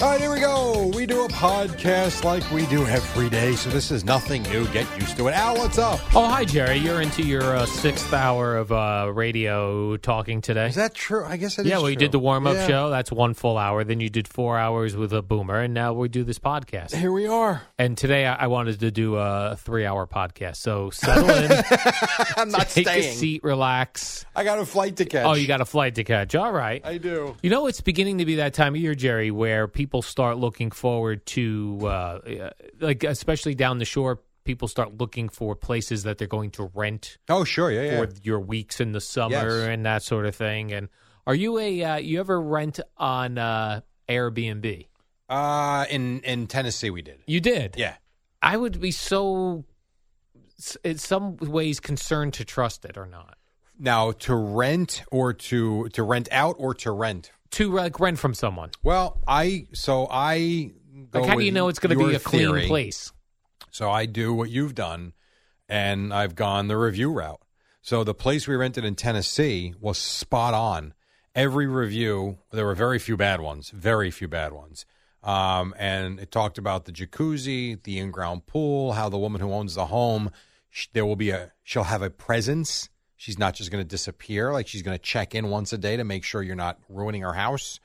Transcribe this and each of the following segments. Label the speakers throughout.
Speaker 1: All right, here we go. Oh, We do a podcast like we do every day, so this is nothing new. Get used to it. Al, what's up?
Speaker 2: Oh, hi, Jerry. You're into your uh, sixth hour of uh, radio talking today.
Speaker 1: Is that true? I guess it is
Speaker 2: yeah, well, you
Speaker 1: true.
Speaker 2: did the warm up
Speaker 1: Yeah.
Speaker 2: show. That's one full hour. Then you did four hours with a boomer, and now we do this podcast.
Speaker 1: Here we are.
Speaker 2: And today I, I wanted to do a three hour podcast. So settle in,
Speaker 1: I'm not
Speaker 2: take a
Speaker 1: staying.
Speaker 2: seat, relax.
Speaker 1: I got a flight to catch.
Speaker 2: Oh, you got a flight to catch. All right.
Speaker 1: I do.
Speaker 2: You know, it's beginning to be that time of year, Jerry, where people start looking forward to, uh, yeah, like, especially down the shore, people start looking for places that they're going to rent
Speaker 1: Oh, sure. Yeah, yeah.
Speaker 2: for your weeks in the summer
Speaker 1: Yes.
Speaker 2: and that sort of thing. And are you a, uh, you ever rent on uh, Airbnb?
Speaker 1: Uh, in in Tennessee, we did.
Speaker 2: You did?
Speaker 1: Yeah.
Speaker 2: I would be so, s- in some ways, concerned to trust it or not.
Speaker 1: Now to rent or to to rent out or to rent.
Speaker 2: To like rent from someone.
Speaker 1: Well, I so I. Go
Speaker 2: Like, how do
Speaker 1: with
Speaker 2: you know it's going to
Speaker 1: your
Speaker 2: be a
Speaker 1: theory.
Speaker 2: clean place?
Speaker 1: So I do what you've done, and I've gone the review route. So the place we rented in Tennessee was spot on. Every review, there were very few bad ones, very few bad ones. Um, and it talked about the jacuzzi, the in-ground pool, how the woman who owns the home, sh- there will be a, she'll have a presence. She's not just going to disappear. Like she's going to check in once a day to make sure you're not ruining her house.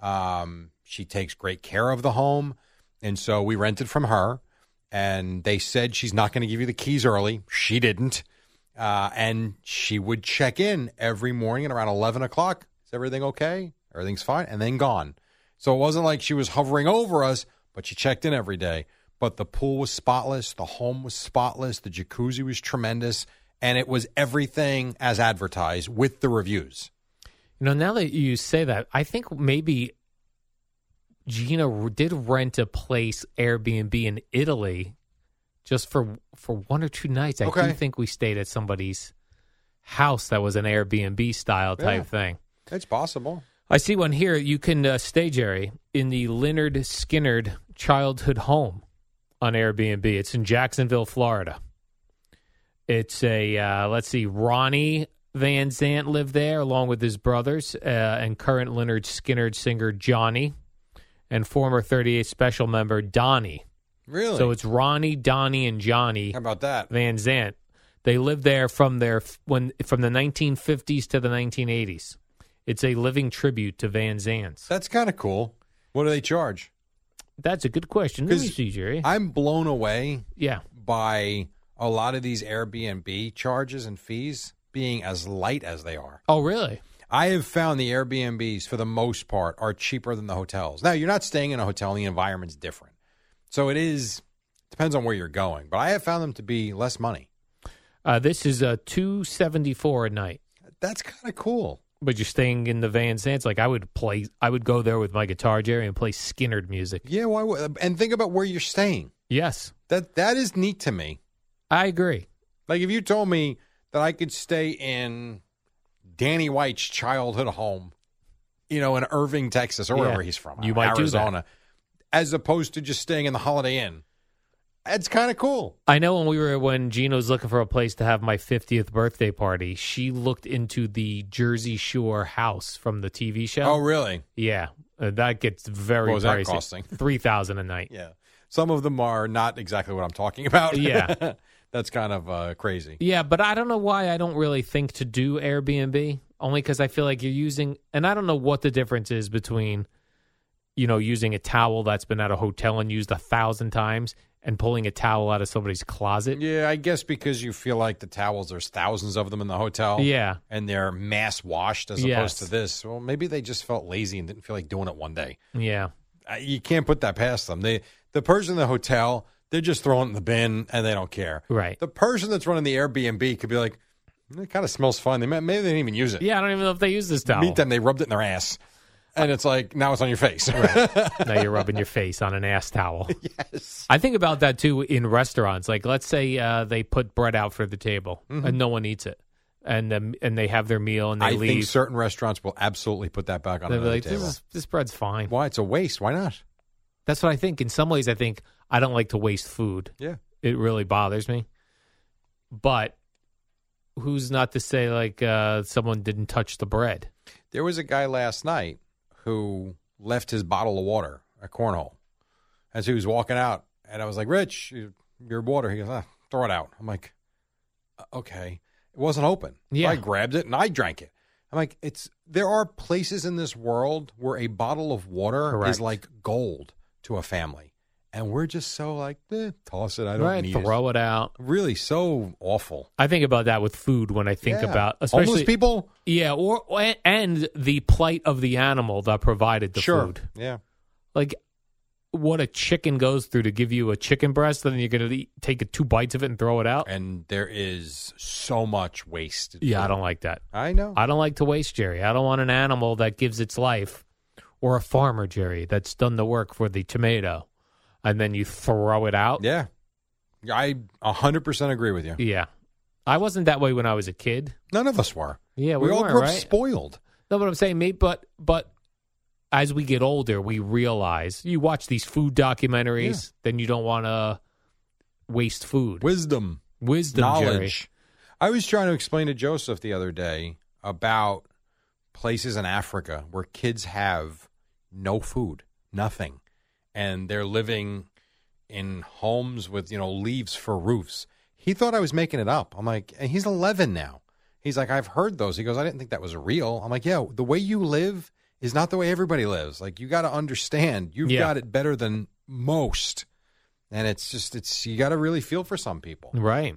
Speaker 1: Um, she takes great care of the home. And so we rented from her, and they said she's not going to give you the keys early. She didn't. Uh, and she would check in every morning at around 11 o'clock. Is everything okay? Everything's fine. And then gone. So it wasn't like she was hovering over us, but she checked in every day. But the pool was spotless. The home was spotless. The jacuzzi was tremendous. And it was everything as advertised with the reviews.
Speaker 2: You know, now that you say that, I think maybe Gina r- did rent a place Airbnb in Italy just for for one or two nights. I do
Speaker 1: Okay.
Speaker 2: think we stayed at somebody's house that was an Airbnb style type
Speaker 1: Yeah.
Speaker 2: thing.
Speaker 1: It's possible.
Speaker 2: I see one here. You can uh, stay, Jerry, in the Leonard Skinnerd childhood home on Airbnb. It's in Jacksonville, Florida. It's a, uh, let's see, Ronnie Van Zant lived there along with his brothers uh, and current Leonard Skinnerd singer Johnny and former 38 special member Donnie.
Speaker 1: Really?
Speaker 2: So it's Ronnie, Donnie, and Johnny
Speaker 1: How about that?
Speaker 2: Van Zant. They lived there from their when from the 1950s to the 1980s. It's a living tribute to Van Zant.
Speaker 1: That's kind of cool. What do they charge?
Speaker 2: That's a good question. Let me
Speaker 1: 'Cause
Speaker 2: see, Jerry.
Speaker 1: I'm blown away
Speaker 2: yeah,
Speaker 1: by a lot of these Airbnb charges and fees being as light as they are.
Speaker 2: Oh, really?
Speaker 1: I have found the Airbnbs for the most part are cheaper than the hotels. Now, you're not staying in a hotel and the environment's different. So it is depends on where you're going, but I have found them to be less money.
Speaker 2: Uh, this is uh, two seventy four a night,
Speaker 1: That's kind of cool.
Speaker 2: but you're staying in the Van Zants. Like I would play, I would go there with my guitar, Jerry, and play Skinnerd music.
Speaker 1: Yeah, why would, and think about where you're staying.
Speaker 2: Yes,
Speaker 1: That that is neat to me.
Speaker 2: I agree.
Speaker 1: Like if you told me that I could stay in Danny White's childhood home, you know, in Irving, Texas, or
Speaker 2: Yeah.
Speaker 1: wherever he's from,
Speaker 2: You might do that.
Speaker 1: Arizona, as opposed to just staying in the Holiday Inn. It's kind of cool.
Speaker 2: I know when we were when Gina was looking for a place to have my 50th birthday party, she looked into the Jersey Shore house from the TV show.
Speaker 1: Oh, really?
Speaker 2: yeah, Uh, that gets very
Speaker 1: What was that
Speaker 2: pricey.
Speaker 1: costing?
Speaker 2: Three thousand a night.
Speaker 1: Yeah. Some of them are not exactly what I'm talking about.
Speaker 2: Yeah.
Speaker 1: That's kind of uh, crazy.
Speaker 2: Yeah, but I don't know why I don't really think to do Airbnb, only because I feel like you're using, and I don't know what the difference is between, you know, using a towel that's been at a hotel and used a thousand times and pulling a towel out of somebody's closet.
Speaker 1: Yeah, I guess because you feel like the towels, there's thousands of them in the hotel.
Speaker 2: Yeah.
Speaker 1: And they're mass washed as
Speaker 2: Yes.
Speaker 1: opposed to this. Well, maybe they just felt lazy and didn't feel like doing it one day.
Speaker 2: Yeah.
Speaker 1: I- You can't put that past them. They, the person in the hotel, they're just throwing it in the bin and they don't care.
Speaker 2: Right.
Speaker 1: The person that's running the Airbnb could be like, it kind of smells fun. They may- maybe they didn't even use it.
Speaker 2: Yeah, I don't even know if they use this towel.
Speaker 1: Meet them, they rubbed it in their ass. And it's like, now it's on your face.
Speaker 2: now you're rubbing your face on an ass towel. Yes. I think about that too in restaurants. Like, let's say uh, they put bread out for the table and no one eats it, and um, and they have their meal and they
Speaker 1: Mm-hmm. I
Speaker 2: leave.
Speaker 1: think certain restaurants will absolutely put that back on
Speaker 2: They'll be
Speaker 1: another
Speaker 2: like,
Speaker 1: table.
Speaker 2: this, is, this bread's fine.
Speaker 1: Why? It's a waste. Why not?
Speaker 2: That's what I think. In some ways, I think I don't like to waste food.
Speaker 1: Yeah.
Speaker 2: It really bothers me. But who's not to say like uh, someone didn't touch the bread?
Speaker 1: There was a guy last night who left his bottle of water at cornhole as he was walking out, and I was like, "Rich, you- your water." He goes, ah, "Throw it out." I'm like, "Uh, "Okay." It wasn't open. So
Speaker 2: Yeah.
Speaker 1: I grabbed it and I drank it. I'm like, "It's there are places in this world where a bottle of water
Speaker 2: Correct.
Speaker 1: is like gold to a family, and we're just so like, eh, toss it. I don't
Speaker 2: right?
Speaker 1: need it.
Speaker 2: Throw it out.
Speaker 1: Really, so awful.
Speaker 2: I think about that with food when I think
Speaker 1: Yeah.
Speaker 2: about especially
Speaker 1: homeless people.
Speaker 2: Yeah, or and the plight of the animal that provided the
Speaker 1: sure.
Speaker 2: food.
Speaker 1: Yeah.
Speaker 2: Like what a chicken goes through to give you a chicken breast, then you're gonna eat, take two bites of it and throw it out.
Speaker 1: and there is so much wasted.
Speaker 2: yeah, I
Speaker 1: food.
Speaker 2: don't like that.
Speaker 1: I know.
Speaker 2: I don't like to waste Jerry. I don't want an animal that gives its life or a farmer Jerry that's done the work for the tomato and then you throw it out.
Speaker 1: yeah, I a hundred percent agree with you.
Speaker 2: Yeah. I wasn't that way when I was a kid.
Speaker 1: None of us were.
Speaker 2: Yeah,
Speaker 1: we,
Speaker 2: we
Speaker 1: all
Speaker 2: weren't,
Speaker 1: grew up
Speaker 2: right?
Speaker 1: spoiled.
Speaker 2: No, but I'm saying maybe but but as we get older, we realize you watch these food documentaries, then you don't want to waste food.
Speaker 1: Wisdom,
Speaker 2: Wisdom, Jerry.
Speaker 1: knowledge. I was trying to explain to Joseph the other day about places in Africa where kids have no food, nothing, and they're living in homes with you know leaves for roofs. He thought I was making it up. I'm like, and he's 11 now. He's like, I've heard those. He goes, I didn't think that was real. I'm like, yeah, the way you live is not the way everybody lives. Like, you got to understand, you've
Speaker 2: Yeah.
Speaker 1: got it better than most. And it's just, it's you got to really feel for some people.
Speaker 2: Right.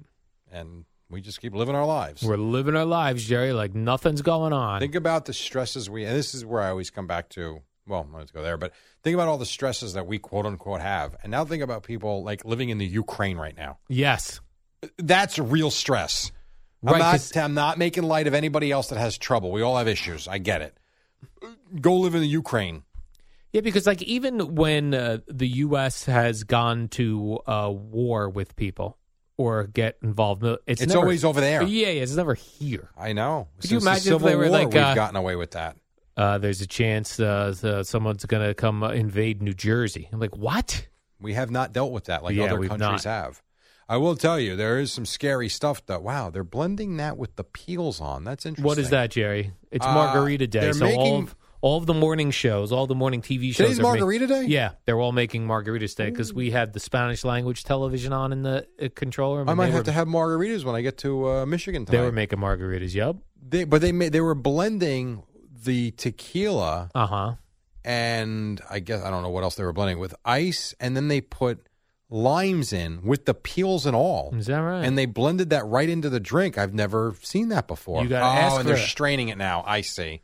Speaker 1: And we just keep living our lives.
Speaker 2: We're living our lives, Jerry, like nothing's going on.
Speaker 1: Think about the stresses we, and this is where I always come back to. Well, I'm going to go there, but think about all the stresses that we quote unquote have. And now think about people like living in the Ukraine right now.
Speaker 2: yes.
Speaker 1: That's real stress.
Speaker 2: Right,
Speaker 1: I'm,
Speaker 2: 'cause-
Speaker 1: not, I'm not making light of anybody else that has trouble. We all have issues. I get it. Go live in the Ukraine.
Speaker 2: Yeah, because like even when uh, the U.S. has gone to uh, war with people or get involved, no, it's,
Speaker 1: It's,
Speaker 2: never-
Speaker 1: always over there.
Speaker 2: Yeah, yeah, it's never here.
Speaker 1: I know.
Speaker 2: Could you
Speaker 1: Since the
Speaker 2: imagine if
Speaker 1: Civil
Speaker 2: they were
Speaker 1: War,
Speaker 2: like,
Speaker 1: we've
Speaker 2: uh,
Speaker 1: gotten away with that.
Speaker 2: Uh, there's a chance uh, the, someone's going to come uh, invade New Jersey. I'm like, what?
Speaker 1: We have not dealt with that like
Speaker 2: Yeah,
Speaker 1: other
Speaker 2: we've not.
Speaker 1: countries have. I will tell you, there is some scary stuff though. Wow, they're blending that with the peels on. That's interesting.
Speaker 2: What is that, Jerry? It's
Speaker 1: Uh,
Speaker 2: Margarita Day.
Speaker 1: they're
Speaker 2: So all
Speaker 1: making-
Speaker 2: of, all of the morning shows, all the morning TV shows.
Speaker 1: Today's
Speaker 2: are ma-
Speaker 1: Margarita Day?
Speaker 2: Yeah, they're all making Margaritas Day because we had the Spanish language television on in the uh, control room.
Speaker 1: I
Speaker 2: and
Speaker 1: might
Speaker 2: they
Speaker 1: have
Speaker 2: were,
Speaker 1: to have margaritas when I get to uh, Michigan tonight.
Speaker 2: They were making margaritas. Yep.
Speaker 1: They- but they made, they were blending the tequila
Speaker 2: Uh huh.
Speaker 1: and I guess I don't know what else they were blending with ice, and then they put limes in with the peels and all.
Speaker 2: Is that right?
Speaker 1: And they blended that right into the drink. I've never seen that before.
Speaker 2: You gotta
Speaker 1: oh,
Speaker 2: ask
Speaker 1: and
Speaker 2: for
Speaker 1: they're
Speaker 2: it.
Speaker 1: straining it now. I see.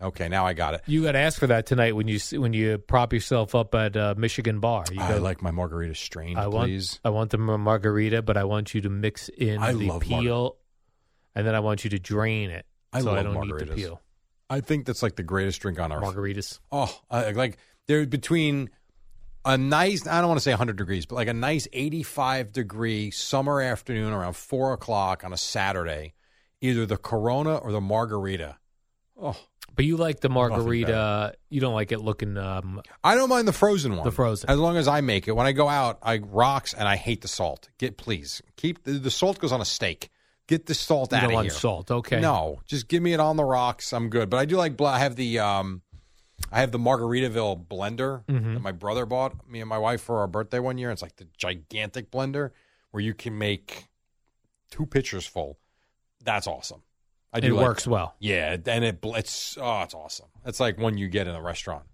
Speaker 1: Okay, now I got it.
Speaker 2: You got to ask for that tonight when you s- when you prop yourself up at uh, Michigan Bar. You
Speaker 1: I
Speaker 2: go,
Speaker 1: like my margarita strained,
Speaker 2: I want
Speaker 1: please.
Speaker 2: I want the mar- margarita, but I want you to mix in
Speaker 1: I
Speaker 2: the
Speaker 1: love
Speaker 2: peel,
Speaker 1: margar-
Speaker 2: and then I want you to drain it.
Speaker 1: I
Speaker 2: so I
Speaker 1: love
Speaker 2: don't need the
Speaker 1: margaritas.
Speaker 2: peel.
Speaker 1: I think that's like the greatest drink on earth.
Speaker 2: Margaritas.
Speaker 1: Oh, I, like they're between a nice, I don't want to say 100 degrees, but like a nice 85 degree summer afternoon around four o'clock on a Saturday, either the Corona or the margarita. Oh,
Speaker 2: But you like the
Speaker 1: Nothing
Speaker 2: margarita. You don't like it looking. Um,
Speaker 1: I don't mind the frozen one.
Speaker 2: The frozen.
Speaker 1: As long as I make it. When I go out, I rocks and I hate the salt. Get please. Keep the, the salt goes on a steak. Get the salt
Speaker 2: you
Speaker 1: out
Speaker 2: don't
Speaker 1: of
Speaker 2: want
Speaker 1: here.
Speaker 2: salt. Okay.
Speaker 1: No, just give me it on the rocks. I'm good. But I do like bl- I have the um I have the Margaritaville blender
Speaker 2: Mm-hmm.
Speaker 1: that my brother bought me and my wife for our birthday one year. It's like the gigantic blender where you can make two pitchers full. That's awesome. I do
Speaker 2: it
Speaker 1: like
Speaker 2: works
Speaker 1: that.
Speaker 2: well.
Speaker 1: Yeah, and it bl- it's oh, it's awesome. It's like one you get in a restaurant.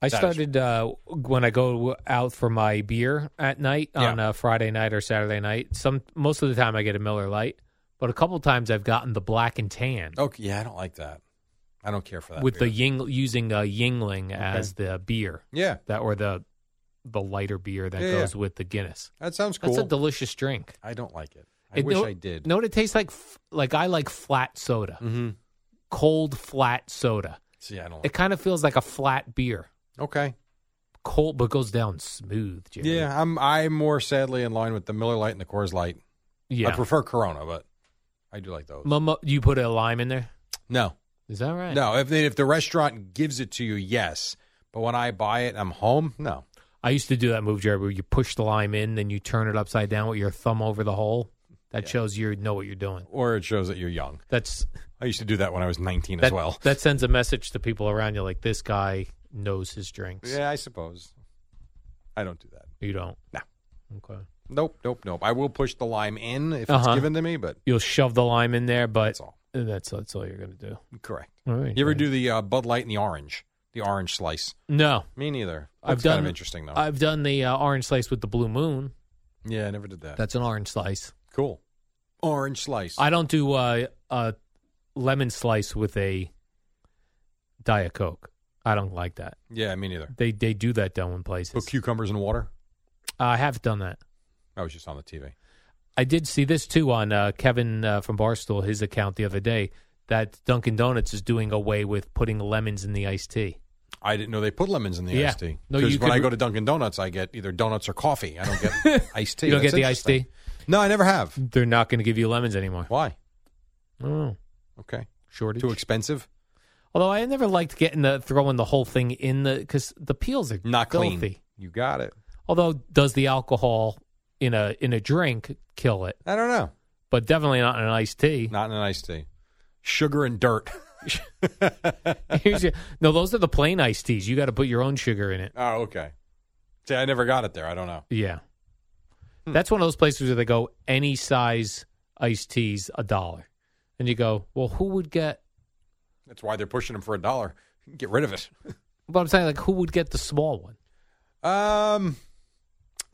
Speaker 2: I
Speaker 1: That is-
Speaker 2: started uh, when I go out for my beer at night
Speaker 1: Yeah.
Speaker 2: on a Friday night or Saturday night. Some most of the time I get a Miller Light, but a couple times I've gotten the black and tan
Speaker 1: Okay, yeah, I don't like that. I don't care for that.
Speaker 2: with the
Speaker 1: beer.
Speaker 2: ying, using a Yingling as the beer
Speaker 1: yeah,
Speaker 2: that or the the lighter beer that
Speaker 1: Yeah, yeah.
Speaker 2: goes with the Guinness.
Speaker 1: that sounds cool.
Speaker 2: That's a delicious drink.
Speaker 1: I don't like it. I
Speaker 2: It-
Speaker 1: wish
Speaker 2: no-
Speaker 1: I did.
Speaker 2: No, it tastes like f- like I like flat soda,
Speaker 1: Mm-hmm.
Speaker 2: cold flat soda.
Speaker 1: See, I don't.
Speaker 2: It
Speaker 1: Like
Speaker 2: kind of feels like a flat beer,
Speaker 1: Okay.
Speaker 2: cold but goes down smooth. Jerry.
Speaker 1: Yeah, I'm. I'm more sadly in line with the Miller Light and the Coors Light.
Speaker 2: yeah.
Speaker 1: I prefer Corona, but I do like those.
Speaker 2: Mama, you put a lime in there.
Speaker 1: no,
Speaker 2: Is that right?
Speaker 1: no. If they, if the restaurant gives it to you, yes. But when I buy it, I'm home. No.
Speaker 2: I used to do that move, Jerry, where you push the lime in, then you turn it upside down with your thumb over the hole. That shows you know what you're doing.
Speaker 1: Or it shows that you're young.
Speaker 2: That's
Speaker 1: I used to do that when I was 19 as
Speaker 2: that,
Speaker 1: well.
Speaker 2: that sends a message to people around you, like this guy knows his drinks.
Speaker 1: Yeah, I suppose. I don't do that.
Speaker 2: You don't.
Speaker 1: No.
Speaker 2: Okay.
Speaker 1: Nope, nope, nope. I will push the lime in if
Speaker 2: Uh-huh.
Speaker 1: it's given to me, but
Speaker 2: You'll shove the lime in there, but
Speaker 1: that's all.
Speaker 2: that's that's all you're gonna do.
Speaker 1: Correct.
Speaker 2: All right.
Speaker 1: You ever
Speaker 2: Jerry.
Speaker 1: do the uh, Bud Light and the orange, the orange slice?
Speaker 2: No.
Speaker 1: Me neither.
Speaker 2: I've
Speaker 1: That's kind
Speaker 2: done-
Speaker 1: of interesting though.
Speaker 2: I've done the uh, orange slice with the blue moon.
Speaker 1: yeah, I never did that.
Speaker 2: That's an orange slice.
Speaker 1: cool. Orange slice.
Speaker 2: I don't do uh, a lemon slice with a diet coke. I don't like that.
Speaker 1: yeah, me neither.
Speaker 2: They they do that down in
Speaker 1: Put
Speaker 2: places.
Speaker 1: cucumbers in water.
Speaker 2: I have done that.
Speaker 1: I was just on the TV.
Speaker 2: I did see this too on uh, Kevin uh, from Barstool his account the other day that Dunkin' Donuts is doing away with putting lemons in the iced tea.
Speaker 1: I didn't know they put lemons in the
Speaker 2: Yeah.
Speaker 1: iced tea.
Speaker 2: No,
Speaker 1: Because
Speaker 2: you
Speaker 1: when
Speaker 2: could-
Speaker 1: I go to Dunkin' Donuts, I get either donuts or coffee. I don't get iced tea.
Speaker 2: you don't
Speaker 1: That's
Speaker 2: get the iced tea.
Speaker 1: interesting. No, I never have.
Speaker 2: They're not going to give you lemons anymore.
Speaker 1: Why?
Speaker 2: Oh,
Speaker 1: Okay.
Speaker 2: shortage.
Speaker 1: Too expensive?
Speaker 2: Although I never liked getting the throwing the whole thing in the because the peels are
Speaker 1: Not
Speaker 2: filthy.
Speaker 1: clean. You got it.
Speaker 2: Although does the alcohol in a in a drink kill it?
Speaker 1: I don't know.
Speaker 2: But definitely not in an iced tea.
Speaker 1: Not in an iced tea. Sugar and dirt.
Speaker 2: Here's your- no, those are the plain iced teas. You got to put your own sugar in it.
Speaker 1: Oh, okay. See, I never got it there. I don't know.
Speaker 2: Yeah,
Speaker 1: Hmm.
Speaker 2: that's one of those places where they go any size iced teas a dollar, and you go, well, who would get?
Speaker 1: That's why they're pushing them for a dollar. Get rid of it.
Speaker 2: But I'm saying like who would get the small one
Speaker 1: Um,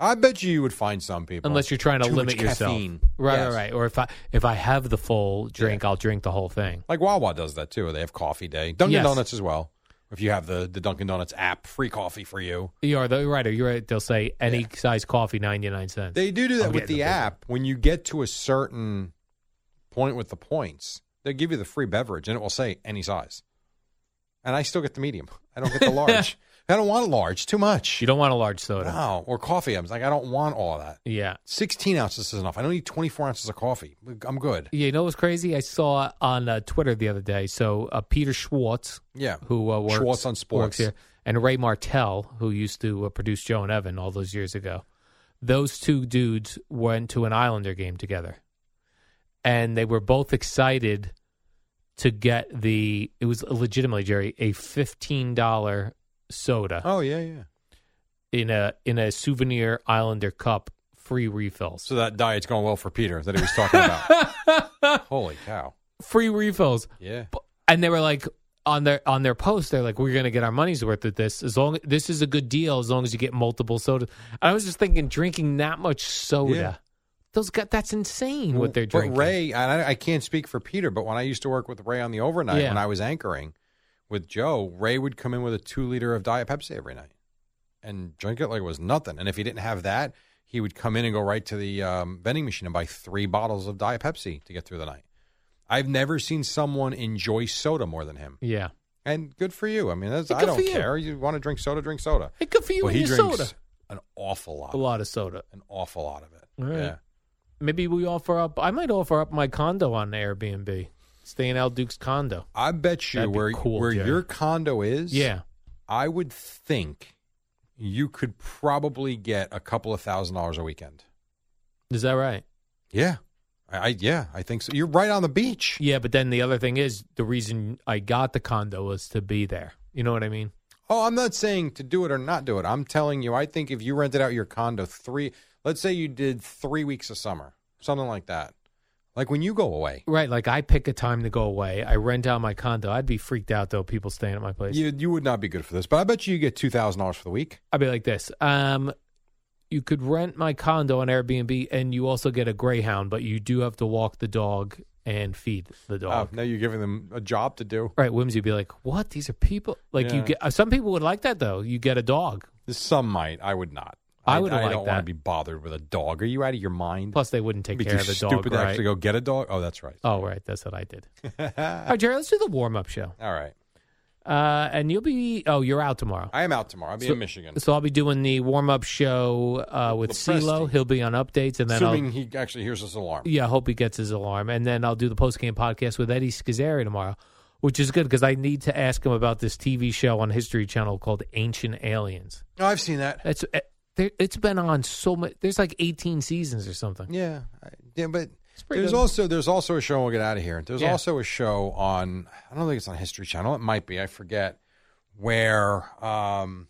Speaker 1: I bet you you would find some people.
Speaker 2: unless you're trying to
Speaker 1: Too much
Speaker 2: limit yourself.
Speaker 1: caffeine.
Speaker 2: Right,
Speaker 1: Yes.
Speaker 2: right, right. Or if I if I have the full drink, I'll drink the whole thing.
Speaker 1: Like Wawa does that too. They have coffee day. Dunkin'
Speaker 2: Yes.
Speaker 1: Donuts as well. If you have the, the Dunkin' Donuts app, free coffee for you.
Speaker 2: You are the right. You're right. They'll say any size coffee, ninety nine cents.
Speaker 1: They do do
Speaker 2: I'm
Speaker 1: that with
Speaker 2: getting
Speaker 1: the
Speaker 2: a big
Speaker 1: app. When you get to a certain point with the points, they give you the free beverage and it will say any size. And I still get the medium. I don't get the large. I don't want a large. Too much.
Speaker 2: you don't want a large soda.
Speaker 1: Wow. Or coffee. I was like, I don't want all of that.
Speaker 2: Yeah.
Speaker 1: 16 ounces is enough. I don't need 24 ounces of coffee. I'm good.
Speaker 2: Yeah, you know what's crazy? I saw on uh, Twitter the other day. So uh, Peter Schwartz,
Speaker 1: Yeah.
Speaker 2: who uh, works,
Speaker 1: Schwartz on sports.
Speaker 2: works here, and Ray Martell, who used to uh, produce Joe and Evan all those years ago, those two dudes went to an Islander game together, and they were both excited to get the. It was legitimately Jerry a fifteen dollar soda
Speaker 1: Oh, yeah, yeah.
Speaker 2: in a in a souvenir Islander cup, free refills.
Speaker 1: So that diet's going well for Peter that he was talking about. Holy cow.
Speaker 2: free refills.
Speaker 1: Yeah.
Speaker 2: and they were like on their on their post they're like we're going to get our money's worth of this as long this is a good deal as long as you get multiple sodas and i was just thinking drinking that much soda
Speaker 1: Yeah.
Speaker 2: those guys that's insane what they're
Speaker 1: But
Speaker 2: drinking
Speaker 1: Ray, and I, I can't speak for Peter, but when I used to work with Ray on the overnight,
Speaker 2: Yeah.
Speaker 1: when I was anchoring with Joe, Ray would come in with a two liter of Diet Pepsi every night and drink it like it was nothing. And if he didn't have that, he would come in and go right to the um, vending machine and buy three bottles of Diet Pepsi to get through the night. I've never seen someone enjoy soda more than him.
Speaker 2: yeah
Speaker 1: And good for you. I mean, that's,
Speaker 2: Hey,
Speaker 1: I
Speaker 2: good for
Speaker 1: don't
Speaker 2: you.
Speaker 1: care. You want to drink soda, drink soda.
Speaker 2: hey good for you
Speaker 1: but
Speaker 2: and
Speaker 1: he
Speaker 2: your
Speaker 1: drinks
Speaker 2: soda
Speaker 1: an awful lot.
Speaker 2: a lot of soda
Speaker 1: An awful lot of it.
Speaker 2: All right.
Speaker 1: Yeah.
Speaker 2: maybe we offer up i might offer up my condo on airbnb Stay in Al Duke's condo.
Speaker 1: I bet you
Speaker 2: That'd be
Speaker 1: where
Speaker 2: cool,
Speaker 1: where
Speaker 2: Jerry.
Speaker 1: your condo is.
Speaker 2: Yeah.
Speaker 1: I would think you could probably get a couple of thousand dollars a weekend.
Speaker 2: Is that right?
Speaker 1: Yeah. I, I yeah, I think so. You're right on the beach.
Speaker 2: Yeah, but then the other thing is the reason I got the condo was to be there. You know what I mean?
Speaker 1: Oh, I'm not saying to do it or not do it. I'm telling you, I think if you rented out your condo three, let's say you did three weeks of summer, something like that, like when you go away,
Speaker 2: Right. Like I pick a time to go away. I rent out my condo. I'd be freaked out though. People staying at my place.
Speaker 1: you you would not be good for this. But I bet you, you get two thousand dollars for the week.
Speaker 2: I'd be like this. Um, you could rent my condo on Airbnb, and you also get a greyhound, but you do have to walk the dog and feed the
Speaker 1: Oh,
Speaker 2: dog.
Speaker 1: now you're giving them a job to do.
Speaker 2: Right, Whimsy would be like, "What? These are people like you
Speaker 1: Yeah.
Speaker 2: get." uh, Some people would like that though. You get a dog,
Speaker 1: Some might. I would not.
Speaker 2: I would
Speaker 1: I
Speaker 2: like
Speaker 1: don't want
Speaker 2: that.
Speaker 1: to be bothered with a dog. Are you out of your mind?
Speaker 2: plus they wouldn't take
Speaker 1: It'd be
Speaker 2: care
Speaker 1: too
Speaker 2: of the
Speaker 1: stupid
Speaker 2: dog.
Speaker 1: to
Speaker 2: Right?
Speaker 1: actually go get a dog. Oh, that's right.
Speaker 2: oh, right, that's what I did. All right, Jerry, let's do the warm up show,
Speaker 1: All right.
Speaker 2: uh, and you'll be. Oh, you're out tomorrow.
Speaker 1: I am out tomorrow. I'll be
Speaker 2: So-
Speaker 1: in Michigan.
Speaker 2: So I'll be doing the warm up show uh, with
Speaker 1: Lepresti.
Speaker 2: CeeLo. He'll be on updates, and then I'll
Speaker 1: Assuming he actually hears this alarm.
Speaker 2: Yeah, I hope he gets his alarm. And then I'll do the post game podcast with Eddie Scazzeri tomorrow, which is good because I need to ask him about this TV show on History Channel called Ancient Aliens.
Speaker 1: No, I've seen that.
Speaker 2: It's eh, there- it's been on so much. There's like 18 seasons or something.
Speaker 1: Yeah. I- Yeah, but
Speaker 2: pretty
Speaker 1: there's
Speaker 2: good.
Speaker 1: also there's also a show we'll get out of here. There's
Speaker 2: Yeah.
Speaker 1: also a show on I don't think it's on History Channel. It might be. I forget where um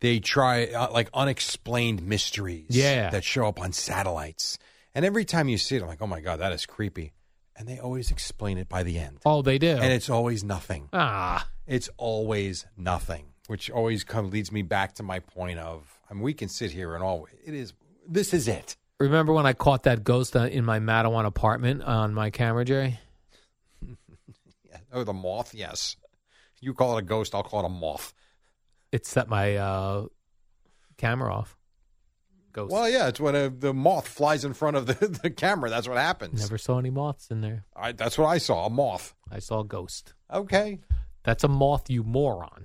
Speaker 1: they try uh, like unexplained mysteries
Speaker 2: Yeah.
Speaker 1: that show up on satellites. And every time you see it I'm like, "Oh my god, that is creepy." And they always explain it by the end.
Speaker 2: Oh, they do.
Speaker 1: And it's always nothing.
Speaker 2: ah,
Speaker 1: it's always nothing, which always come, leads me back to my point of I mean, we can sit here and all it is. This is it.
Speaker 2: remember when I caught that ghost uh, in my Mattawan apartment on my camera, Jerry?
Speaker 1: Oh, the moth. Yes, you call it a ghost. I'll call it a moth.
Speaker 2: It set my uh, camera off. Ghost.
Speaker 1: Well, yeah, it's when a, the moth flies in front of the, the camera. That's what happens.
Speaker 2: Never saw any moths in there.
Speaker 1: I, that's what I saw. A moth.
Speaker 2: I saw a ghost.
Speaker 1: Okay.
Speaker 2: That's a moth, you moron.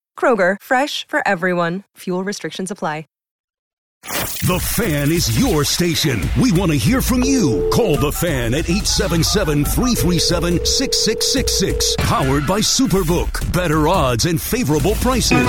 Speaker 3: Kroger, fresh for everyone. Fuel restrictions apply.
Speaker 4: The Fan is your station. We want to hear from you. Call The Fan at 877 337 6666. Powered by Superbook. Better odds and favorable prices.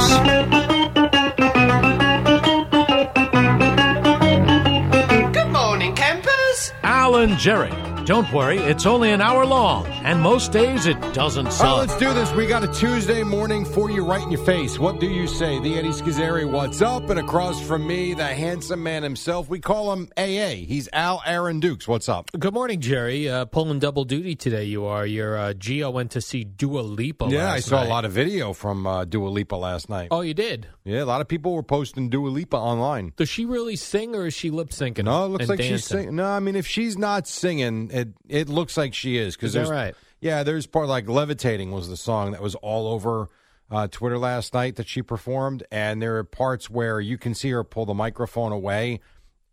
Speaker 5: Alan Jerry. Don't worry, it's only an hour long, and most days it doesn't
Speaker 1: All right,
Speaker 5: suck.
Speaker 1: let's do this. We got a Tuesday morning for you right in your face. What do you say? The Eddie Schizzeri, what's up? And across from me, the handsome man himself. We call him AA. He's Al Aaron Dukes. What's up?
Speaker 2: Good morning, Jerry. Uh, pulling double duty today, you are. Your uh, Geo went to see Dua Lipa.
Speaker 1: Yeah,
Speaker 2: last
Speaker 1: I saw
Speaker 2: night.
Speaker 1: a lot of video from uh, Dua Lipa last night.
Speaker 2: Oh, you did?
Speaker 1: Yeah, a lot of people were posting Dua Lipa online.
Speaker 2: Does she really sing or is she lip syncing?
Speaker 1: No, it looks
Speaker 2: and
Speaker 1: like
Speaker 2: dancing?
Speaker 1: she's singing. No, I mean, if she's not singing, it it looks like she is
Speaker 2: Is
Speaker 1: because
Speaker 2: that
Speaker 1: there's
Speaker 2: right?
Speaker 1: yeah, there's part like levitating was the song that was all over uh, Twitter last night that she performed, and there are parts where you can see her pull the microphone away,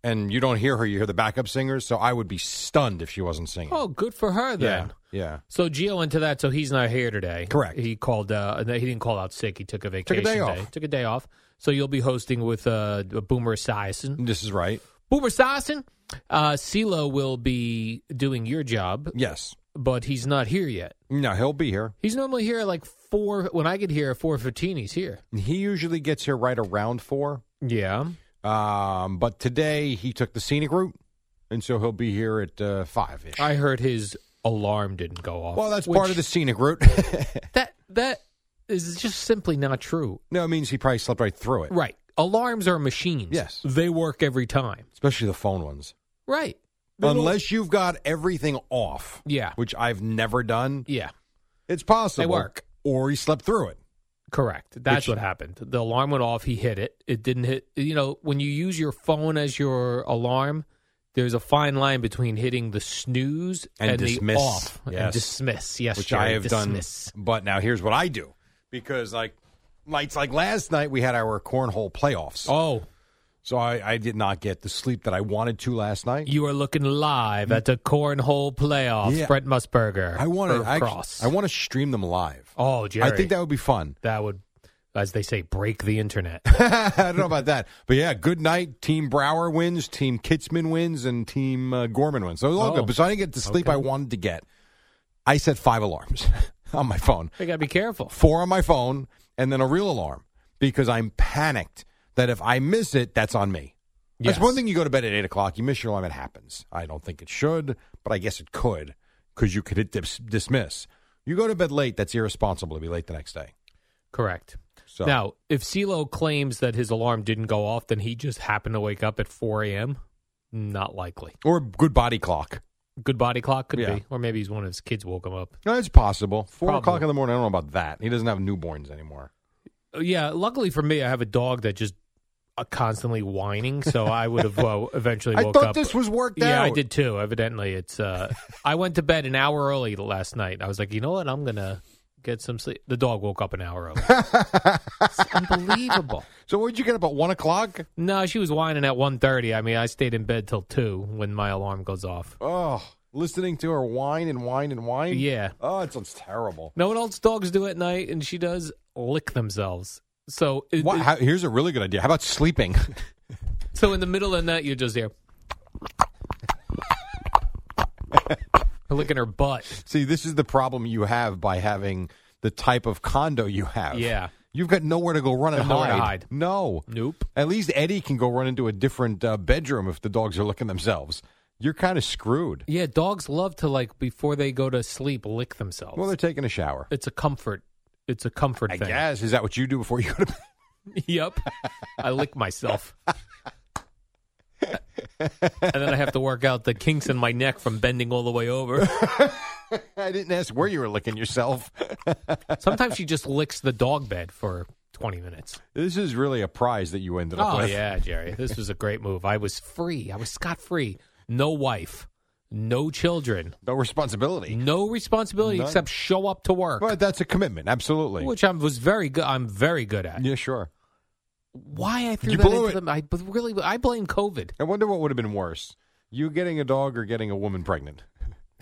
Speaker 1: and you don't hear her. You hear the backup singers. So I would be stunned if she wasn't singing.
Speaker 2: Oh, good for her then.
Speaker 1: yeah, yeah.
Speaker 2: So Geo went to that, so he's not here today.
Speaker 1: Correct.
Speaker 2: He called. Uh, he didn't call out sick. He took a vacation
Speaker 1: day off.
Speaker 2: Took a day off. So you'll be hosting with uh, Boomer Esiason.
Speaker 1: This is right.
Speaker 2: Boomer Esiason, uh, CeeLo will be doing your job,
Speaker 1: Yes.
Speaker 2: but he's not here yet.
Speaker 1: No, he'll be here.
Speaker 2: He's normally here at like four. When I get here at four fifteen, he's here.
Speaker 1: He usually gets here right around four.
Speaker 2: Yeah.
Speaker 1: Um, but today he took the scenic route, and so he'll be here at uh, five ish.
Speaker 2: I heard his alarm didn't go off.
Speaker 1: Well, that's
Speaker 2: which-
Speaker 1: part of the scenic route.
Speaker 2: That that is just simply not true.
Speaker 1: no, it means he probably slept right through it,
Speaker 2: Right. Alarms are machines.
Speaker 1: Yes.
Speaker 2: They work every time.
Speaker 1: especially the phone ones.
Speaker 2: Right.
Speaker 1: Unless you've got everything off,
Speaker 2: Yeah.
Speaker 1: which I've never done,
Speaker 2: Yeah.
Speaker 1: it's possible.
Speaker 2: work.
Speaker 1: Or he slept through it.
Speaker 2: Correct. That's
Speaker 1: Which-
Speaker 2: what happened. The alarm went off. He hit it. It didn't hit. You know, when you use your phone as your alarm, there's a fine line between hitting the snooze
Speaker 1: And
Speaker 2: and,
Speaker 1: dismiss,
Speaker 2: the off and
Speaker 1: yes.
Speaker 2: dismiss. Yes,
Speaker 1: which I
Speaker 2: Jerry,
Speaker 1: have
Speaker 2: dismiss.
Speaker 1: done. But now here's what I do because like nights like last night we had our cornhole playoffs.
Speaker 2: Oh,
Speaker 1: So I, I did not get the sleep that I wanted to last night.
Speaker 2: you are looking live at the cornhole playoffs.
Speaker 1: Yeah.
Speaker 2: Brett Musburger.
Speaker 1: I want
Speaker 2: Irv
Speaker 1: to I,
Speaker 2: cross.
Speaker 1: I want to stream them live.
Speaker 2: oh, Jerry.
Speaker 1: I think that would be fun.
Speaker 2: that would, as they say, break the internet.
Speaker 1: I don't know about that, but yeah, good night. Team Brower wins, Team Kitzman wins, and Team uh, Gorman wins. So it was all
Speaker 2: Oh.
Speaker 1: good. But so I didn't get the sleep
Speaker 2: Okay.
Speaker 1: I wanted to get. I set five alarms on my phone.
Speaker 2: they got to be careful.
Speaker 1: four on my phone, and then a real alarm because I'm panicked that if I miss it, that's on me.
Speaker 2: Yes.
Speaker 1: That's one thing you go to bed at 8 o'clock, you miss your alarm, it happens. I don't think it should, but I guess it could because you could hit dis- dismiss. You go to bed late, that's irresponsible to be late the next day.
Speaker 2: Correct.
Speaker 1: So
Speaker 2: Now, if CeeLo claims that his alarm didn't go off, then he just happened to wake up at 4 a.m. Not likely.
Speaker 1: Or good body clock.
Speaker 2: Good body clock could
Speaker 1: Yeah.
Speaker 2: be, or maybe he's one of his kids woke him up.
Speaker 1: No, it's possible. 4
Speaker 2: Probably.
Speaker 1: o'clock in the morning, I don't know about that. He doesn't have newborns anymore.
Speaker 2: Uh, Yeah, luckily for me, I have a dog that just uh, constantly whining, so I would have uh, eventually
Speaker 1: I
Speaker 2: woke
Speaker 1: thought
Speaker 2: up.
Speaker 1: this was worked
Speaker 2: yeah,
Speaker 1: out.
Speaker 2: I did too. Evidently, it's. Uh, I went to bed an hour early last night. I was like, you know what? I'm gonna get some sleep. The dog woke up an hour early. it's unbelievable.
Speaker 1: So what would you get up at 1 o'clock?
Speaker 2: No, she was whining at 1.30. I mean, I stayed in bed till two when my alarm goes off.
Speaker 1: Oh, listening to her whine and whine and whine?
Speaker 2: Yeah.
Speaker 1: Oh, it sounds terrible.
Speaker 2: No one else dogs do at night, and she does lick themselves. So, it,
Speaker 1: What,
Speaker 2: it-
Speaker 1: how, here's a really good idea. How about sleeping?
Speaker 2: so in the middle of the night, you're just there licking her butt.
Speaker 1: See, this is the problem you have by having the type of condo you have.
Speaker 2: Yeah.
Speaker 1: You've got nowhere to go run and
Speaker 2: Nowhere
Speaker 1: hide.
Speaker 2: to hide.
Speaker 1: No.
Speaker 2: Nope.
Speaker 1: At least Eddie can go run into a different uh, bedroom if the dogs are looking themselves. You're kind of screwed.
Speaker 2: Yeah, dogs love to like before they go to sleep lick themselves.
Speaker 1: Well, they're taking a shower.
Speaker 2: it's a comfort. It's a comfort
Speaker 1: I
Speaker 2: thing.
Speaker 1: guess. Is that what you do before you go to bed?
Speaker 2: Yep. I lick myself. and then I have to work out the kinks in my neck from bending all the way over.
Speaker 1: I didn't ask where you were licking yourself.
Speaker 2: Sometimes she just licks the dog bed for 20 minutes.
Speaker 1: This is really a prize that you ended up
Speaker 2: Oh,
Speaker 1: with.
Speaker 2: yeah, Jerry. This was a great move. I was free. I was scot free. No wife, no children,
Speaker 1: No responsibility.
Speaker 2: no responsibility
Speaker 1: None.
Speaker 2: except show up to work,
Speaker 1: But that's a commitment. Absolutely.
Speaker 2: which I was very good. I'm very good at.
Speaker 1: Yeah, sure.
Speaker 2: Why I threw
Speaker 1: You
Speaker 2: that
Speaker 1: blew
Speaker 2: into
Speaker 1: it.
Speaker 2: them? I but really, I blame COVID.
Speaker 1: I wonder what would have been worse: you getting a dog or getting a woman pregnant?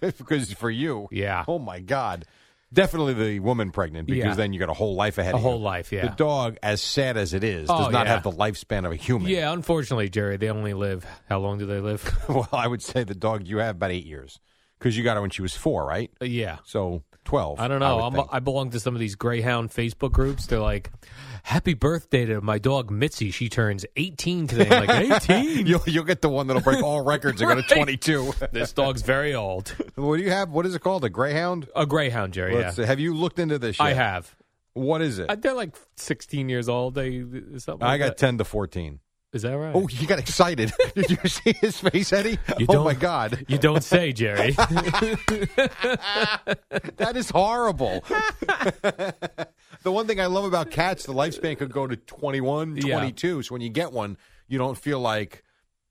Speaker 1: because for you,
Speaker 2: Yeah.
Speaker 1: oh my god, definitely the woman pregnant because
Speaker 2: Yeah.
Speaker 1: then you got a whole life ahead.
Speaker 2: A
Speaker 1: of you.
Speaker 2: whole life, yeah.
Speaker 1: The dog, as sad as it is,
Speaker 2: Oh,
Speaker 1: does not
Speaker 2: yeah.
Speaker 1: have the lifespan of a human.
Speaker 2: Yeah, unfortunately, Jerry, they only live. How long do they live?
Speaker 1: well, I would say the dog you have about eight years because you got her when she was four, right?
Speaker 2: Uh, yeah.
Speaker 1: So twelve.
Speaker 2: I don't know.
Speaker 1: would
Speaker 2: I, am
Speaker 1: think.
Speaker 2: I belong to some of these Greyhound Facebook groups. They're like, "Happy birthday to my dog Mitzi. She turns 18 today." I'm like, 18?
Speaker 1: You'll, you'll get the one that'll break all records and go to
Speaker 2: Right.
Speaker 1: 22.
Speaker 2: this dog's very old.
Speaker 1: what do you have? What is it called? A greyhound?
Speaker 2: A Greyhound, Jerry.
Speaker 1: Let's see.
Speaker 2: yeah,
Speaker 1: Have you looked into this yet?
Speaker 2: I have.
Speaker 1: What is it?
Speaker 2: Uh, They're like 16 years old. They something.
Speaker 1: I
Speaker 2: like
Speaker 1: got
Speaker 2: that.
Speaker 1: 10 to 14.
Speaker 2: Is that right?
Speaker 1: Oh, he got excited. Did you see his face, Eddie?
Speaker 2: You
Speaker 1: oh
Speaker 2: don't-
Speaker 1: my God,
Speaker 2: You don't say, Jerry.
Speaker 1: that is horrible. the one thing I love about cats, the lifespan could go to 21,
Speaker 2: Yeah.
Speaker 1: 22. So when you get one, you don't feel like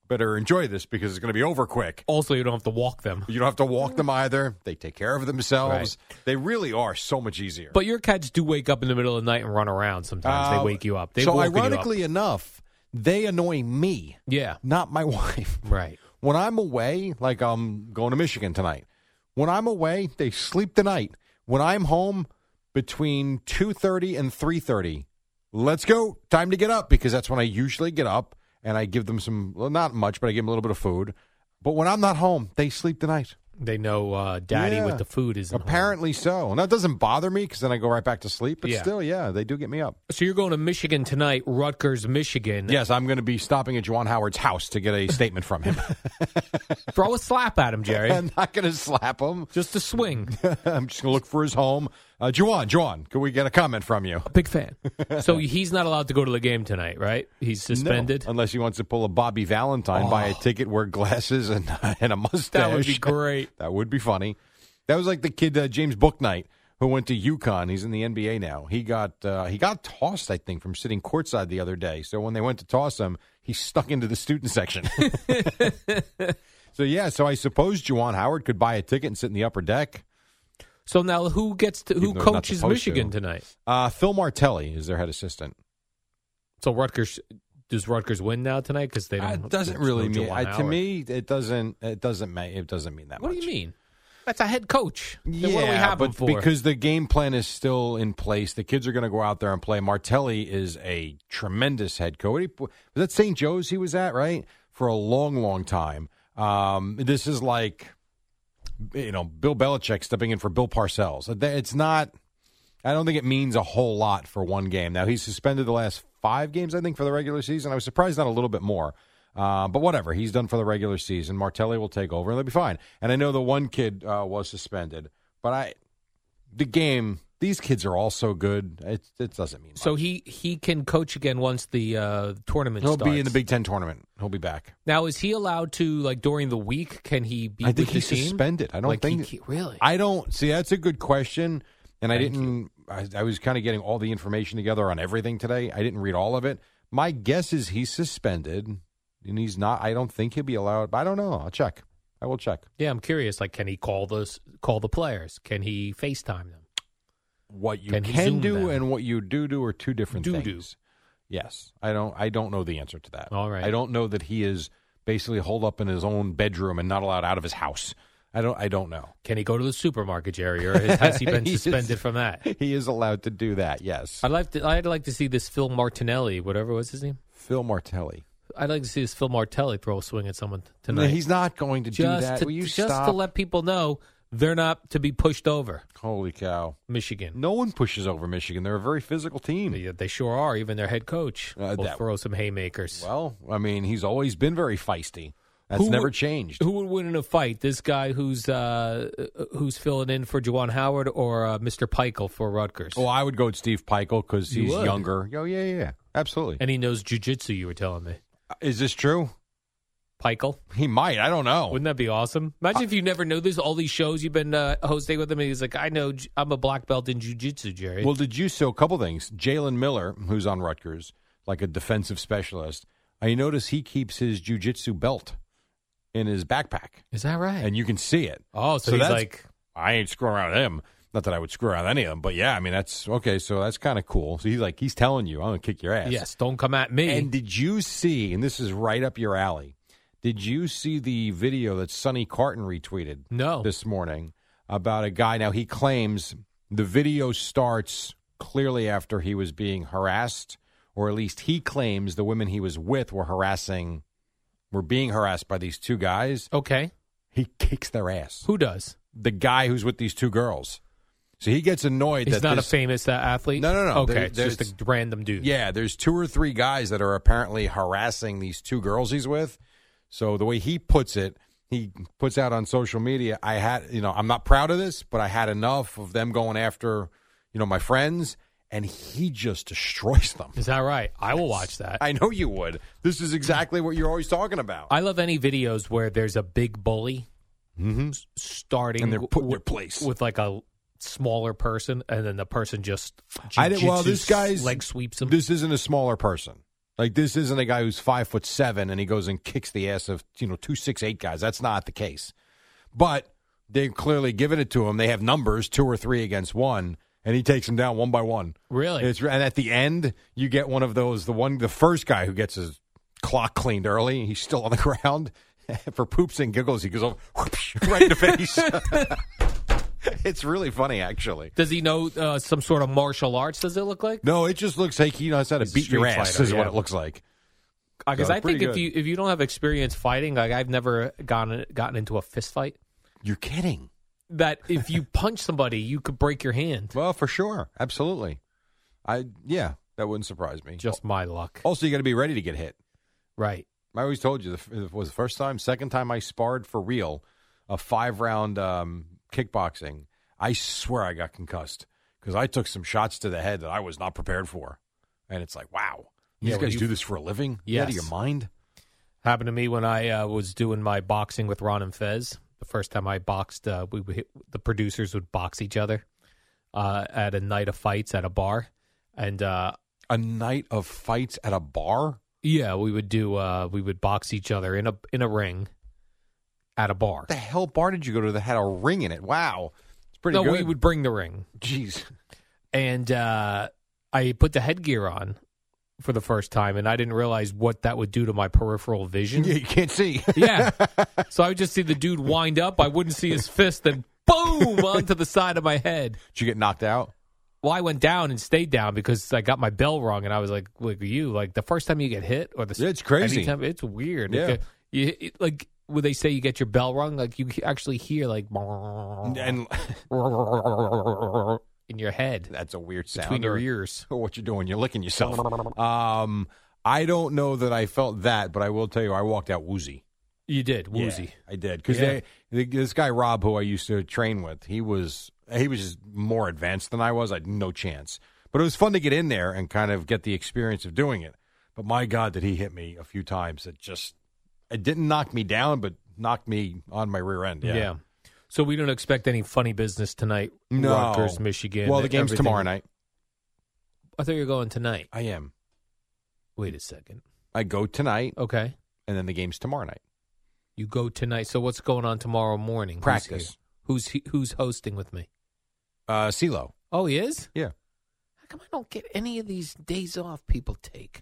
Speaker 1: better enjoy this because it's going to be over quick.
Speaker 2: also, you don't have to walk them.
Speaker 1: You don't have to walk them either. They take care of themselves. They really are so much easier.
Speaker 2: But your cats do wake up in the middle of the night and run around. Sometimes
Speaker 1: Uh,
Speaker 2: they wake you up. They
Speaker 1: so
Speaker 2: woken you up.
Speaker 1: ironically enough, they annoy me,
Speaker 2: yeah,
Speaker 1: not my wife.
Speaker 2: right.
Speaker 1: When I'm away, like I'm going to Michigan tonight. When I'm away, they sleep the night. When I'm home, between two thirty and three thirty, let's go. Time to get up because that's when I usually get up and I give them some, well, not much, but I give them a little bit of food. But when I'm not home, they sleep the night.
Speaker 2: They know uh, Daddy
Speaker 1: Yeah.
Speaker 2: with the food is
Speaker 1: Apparently so, and that doesn't bother me because then I go right back to sleep. But
Speaker 2: Yeah.
Speaker 1: still, yeah, they do get me up.
Speaker 2: So you're going to Michigan tonight, Rutgers, Michigan.
Speaker 1: Yes, I'm going to be stopping at Juwan Howard's house to get a statement from him.
Speaker 2: Throw a slap at him, Jerry.
Speaker 1: I'm not going to slap him.
Speaker 2: Just a swing.
Speaker 1: I'm just going to look for his home. Uh, Juwan, Juwan, can we get a comment from you?
Speaker 2: Big fan. So he's not allowed to go to the game tonight, right? He's suspended.
Speaker 1: No, unless he wants to pull a Bobby Valentine, buy a ticket, wear glasses, and and a mustache.
Speaker 2: Oh. That would be great.
Speaker 1: that would be funny. That was like the kid uh, James Booknight who went to UConn. He's in the NBA now. He got uh, he got tossed, I think, from sitting courtside the other day. So when they went to toss him, He's stuck into the student section. so yeah, so I suppose Juwan Howard could buy a ticket and sit in the upper deck.
Speaker 2: So now who gets to who
Speaker 1: Even though they're not
Speaker 2: coaches
Speaker 1: supposed
Speaker 2: Michigan
Speaker 1: to.
Speaker 2: tonight?
Speaker 1: Uh, Phil Martelli is their head assistant.
Speaker 2: So Rutgers does Rutgers win now tonight because they don't.
Speaker 1: It doesn't
Speaker 2: there's
Speaker 1: really
Speaker 2: no
Speaker 1: mean
Speaker 2: Juwan
Speaker 1: I, to
Speaker 2: Howard.
Speaker 1: me. It doesn't. It doesn't. Ma- it doesn't mean that
Speaker 2: What
Speaker 1: much.
Speaker 2: do you mean? That's a head coach. Then
Speaker 1: Yeah,
Speaker 2: what do we have
Speaker 1: but
Speaker 2: him for?
Speaker 1: because the game plan is still in place, the kids are going to go out there and play. Martelli is a tremendous head coach. He- Was that St. Joe's he was at right for a long, long time? Um, this is like you know Bill Belichick stepping in for Bill Parcells. It's not. I don't think it means a whole lot for one game. Now he's suspended the last five games, I think, for the regular season. I was surprised not a little bit more, uh, but whatever. He's done for the regular season. Martelli will take over, and they'll be fine. And I know the one kid uh, was suspended, but I the game. These kids are all so good. It, it doesn't mean
Speaker 2: so
Speaker 1: much.
Speaker 2: he he can coach again once the uh, tournament
Speaker 1: he'll
Speaker 2: starts.
Speaker 1: be in the Big Ten tournament. He'll be back.
Speaker 2: Now is he allowed to like during the week? Can he be?
Speaker 1: I think
Speaker 2: with
Speaker 1: he's
Speaker 2: the team?
Speaker 1: suspended. I don't
Speaker 2: Like,
Speaker 1: think
Speaker 2: he, ca- really.
Speaker 1: I don't see. That's a good question, and I
Speaker 2: Thank
Speaker 1: didn't. I, I was kind of getting all the information together on everything today. I didn't read all of it. My guess is he's suspended, and he's not. I don't think he'll be allowed. But I don't know. I'll check. I will check.
Speaker 2: yeah, I'm curious. Like, can he call those call the players? Can he Facetime them?
Speaker 1: What you
Speaker 2: Can
Speaker 1: can,
Speaker 2: he Zoom
Speaker 1: do
Speaker 2: them?
Speaker 1: and what you do do are two different
Speaker 2: Do do.
Speaker 1: things. Yes, I don't. I don't know the answer to that.
Speaker 2: All right.
Speaker 1: I don't know that he is basically holed up in his own bedroom and not allowed out of his house. I don't. I don't know.
Speaker 2: Can he go to the supermarket, Jerry, or has, has he been
Speaker 1: He is-
Speaker 2: suspended from that?
Speaker 1: He is allowed to do that. Yes.
Speaker 2: I'd like to. I'd like to see this Phil Martinelli, whatever was his name.
Speaker 1: Phil Martelli.
Speaker 2: I'd like to see this Phil Martelli throw a swing at someone tonight.
Speaker 1: No, he's not going to
Speaker 2: just
Speaker 1: do that.
Speaker 2: to,
Speaker 1: Will you
Speaker 2: just
Speaker 1: stop?
Speaker 2: to let people know they're not to be pushed over.
Speaker 1: Holy cow!
Speaker 2: Michigan,
Speaker 1: No one pushes over Michigan. They're a very physical team.
Speaker 2: They, they sure are. Even their head coach
Speaker 1: Uh,
Speaker 2: will
Speaker 1: that-
Speaker 2: throw some haymakers.
Speaker 1: Well, I mean, he's always been very feisty. That's
Speaker 2: Who
Speaker 1: never
Speaker 2: would-
Speaker 1: changed.
Speaker 2: Who would win in a fight? This guy who's uh, who's filling in for Juwan Howard or uh, Mr. Peichel for Rutgers?
Speaker 1: Well, Oh, I would go with Steve Peichel because
Speaker 2: You
Speaker 1: he's
Speaker 2: would.
Speaker 1: younger. Oh yeah, yeah, yeah. absolutely.
Speaker 2: and he knows jujitsu. You were telling me,
Speaker 1: Uh, Is this true?
Speaker 2: Peichel.
Speaker 1: He might. I don't know.
Speaker 2: Wouldn't that be awesome? Imagine if you never know this. All these shows you've been uh, hosting with him, and he's like, "I know, j- I'm a black belt in jujitsu, Jerry."
Speaker 1: Well, did you? So, a couple things. Jalen Miller, who's on Rutgers, like a defensive specialist. I notice he keeps his jujitsu belt in his backpack,
Speaker 2: is that right?
Speaker 1: and you can see it.
Speaker 2: oh, so, he's
Speaker 1: that's-
Speaker 2: like,
Speaker 1: I ain't screwing around with him. Not that I would screw around with any of them, but yeah, I mean that's okay. So that's kind of cool. So he's like, he's telling you, I'm gonna kick your ass.
Speaker 2: "Yes, don't come at me."
Speaker 1: And did you see? And this is right up your alley. Did you see the video that Sonny Carton retweeted
Speaker 2: no,
Speaker 1: this morning about a guy? Now he claims the video starts clearly after he was being harassed, or at least he claims the women he was with were harassing, were being harassed by these two guys.
Speaker 2: okay,
Speaker 1: He kicks their ass
Speaker 2: who does?
Speaker 1: the guy who's with these two girls. So he gets annoyed
Speaker 2: He's
Speaker 1: that
Speaker 2: not
Speaker 1: this,
Speaker 2: a famous uh, athlete.
Speaker 1: No, no, no.
Speaker 2: Okay,
Speaker 1: There-
Speaker 2: it's just
Speaker 1: there's-
Speaker 2: a random dude.
Speaker 1: Yeah, there's two or three guys that are apparently harassing these two girls he's with. So the way he puts it, he puts out on social media, I had, you know, I'm not proud of this, but I had enough of them going after, you know, my friends, and he just destroys them.
Speaker 2: is that right? I will watch that.
Speaker 1: I know you would. This is exactly what you're always talking about.
Speaker 2: I love any videos where there's a big bully
Speaker 1: mm-hmm.
Speaker 2: s- starting
Speaker 1: And they're put
Speaker 2: w-
Speaker 1: in their place.
Speaker 2: with like a smaller person, and then the person just
Speaker 1: I didn't- well,
Speaker 2: jujitsu
Speaker 1: this guy's-
Speaker 2: leg sweeps him.
Speaker 1: This isn't a smaller person. Like this isn't a guy who's five foot seven and he goes and kicks the ass of you know two six eight guys. That's not the case. But they've clearly given it to him. They have numbers two or three against one, and he takes them down one by one.
Speaker 2: really?
Speaker 1: It's, and at the end, you get one of those. The one, the first guy who gets his clock cleaned early, he's still on the ground for poops and giggles. He goes over whoosh, right in the face. it's really funny, actually.
Speaker 2: Does he know uh, some sort of martial arts? Does it look like?
Speaker 1: No, it just looks like he knows how to
Speaker 2: He's a
Speaker 1: beat your
Speaker 2: street
Speaker 1: ass.
Speaker 2: fighter,
Speaker 1: is
Speaker 2: yeah.
Speaker 1: what it looks like.
Speaker 2: Because
Speaker 1: No,
Speaker 2: I
Speaker 1: Uh, pretty
Speaker 2: think if
Speaker 1: good.
Speaker 2: you if you don't have experience fighting, like I've never gotten gotten into a fist fight,
Speaker 1: You're kidding.
Speaker 2: that if you punch somebody, you could break your hand.
Speaker 1: Well, for sure, absolutely. I yeah, that wouldn't surprise me.
Speaker 2: Just my luck,
Speaker 1: also, you got to be ready to get hit.
Speaker 2: right?
Speaker 1: I always told you the, f- it was the first time, second time I sparred for real, a five round um, kickboxing. I swear I got concussed because I took some shots to the head that I was not prepared for, and it's like wow, these
Speaker 2: Yeah, well,
Speaker 1: guys
Speaker 2: you-
Speaker 1: do this for a living. You out of
Speaker 2: Yes.
Speaker 1: your mind.
Speaker 2: Happened to me when I uh, was doing my boxing with Ron and Fez. The first time I boxed, uh, we would hit, the producers would box each other uh, at a night of fights at a bar, and uh,
Speaker 1: A night of fights at a bar.
Speaker 2: Yeah, we would do. Uh, we would box each other in a in a ring at a bar.
Speaker 1: What the hell bar did you go to that had a ring in it? Wow. It's pretty
Speaker 2: no,
Speaker 1: good.
Speaker 2: we would bring the ring,
Speaker 1: Jeez.
Speaker 2: and uh, I put the headgear on for the first time, and I didn't realize what that would do to my peripheral vision.
Speaker 1: Yeah, you can't see.
Speaker 2: Yeah. so I would just see the dude wind up. I wouldn't see his fist, then boom onto the side of my head.
Speaker 1: Did you get knocked out?
Speaker 2: Well, I went down and stayed down because I got my bell rung, and I was like, "Look, you like the first time you get hit, or the
Speaker 1: Yeah, it's crazy.
Speaker 2: Anytime, it's weird.
Speaker 1: Yeah.
Speaker 2: It, you, it- like when they say you get your bell rung, like you actually hear like
Speaker 1: And
Speaker 2: in your head
Speaker 1: that's a weird sound.
Speaker 2: between your
Speaker 1: or-
Speaker 2: ears.
Speaker 1: or what you're doing. You're licking yourself. Um, I don't know that I felt that, but I will tell you, I walked out woozy.
Speaker 2: You did woozy.
Speaker 1: I did because
Speaker 2: Yeah.
Speaker 1: this guy Rob, who I used to train with, he was he was just more advanced than I was. I had no chance, but it was fun to get in there and kind of get the experience of doing it. But my God, did he hit me a few times? It just it didn't knock me down, but knocked me on my rear end. Yeah.
Speaker 2: So we don't expect any funny business tonight.
Speaker 1: No.
Speaker 2: Rutgers, Michigan.
Speaker 1: Well, the game's
Speaker 2: everything-
Speaker 1: tomorrow night.
Speaker 2: I thought you were going tonight.
Speaker 1: I am.
Speaker 2: Wait a second.
Speaker 1: I go tonight,
Speaker 2: Okay.
Speaker 1: and then the game's tomorrow night.
Speaker 2: You go tonight. So what's going on tomorrow morning? Who's
Speaker 1: Practice.
Speaker 2: here? Who's he- who's hosting with me?
Speaker 1: Uh, CeeLo.
Speaker 2: Oh, he is.
Speaker 1: Yeah.
Speaker 2: How come I don't get any of these days off people take?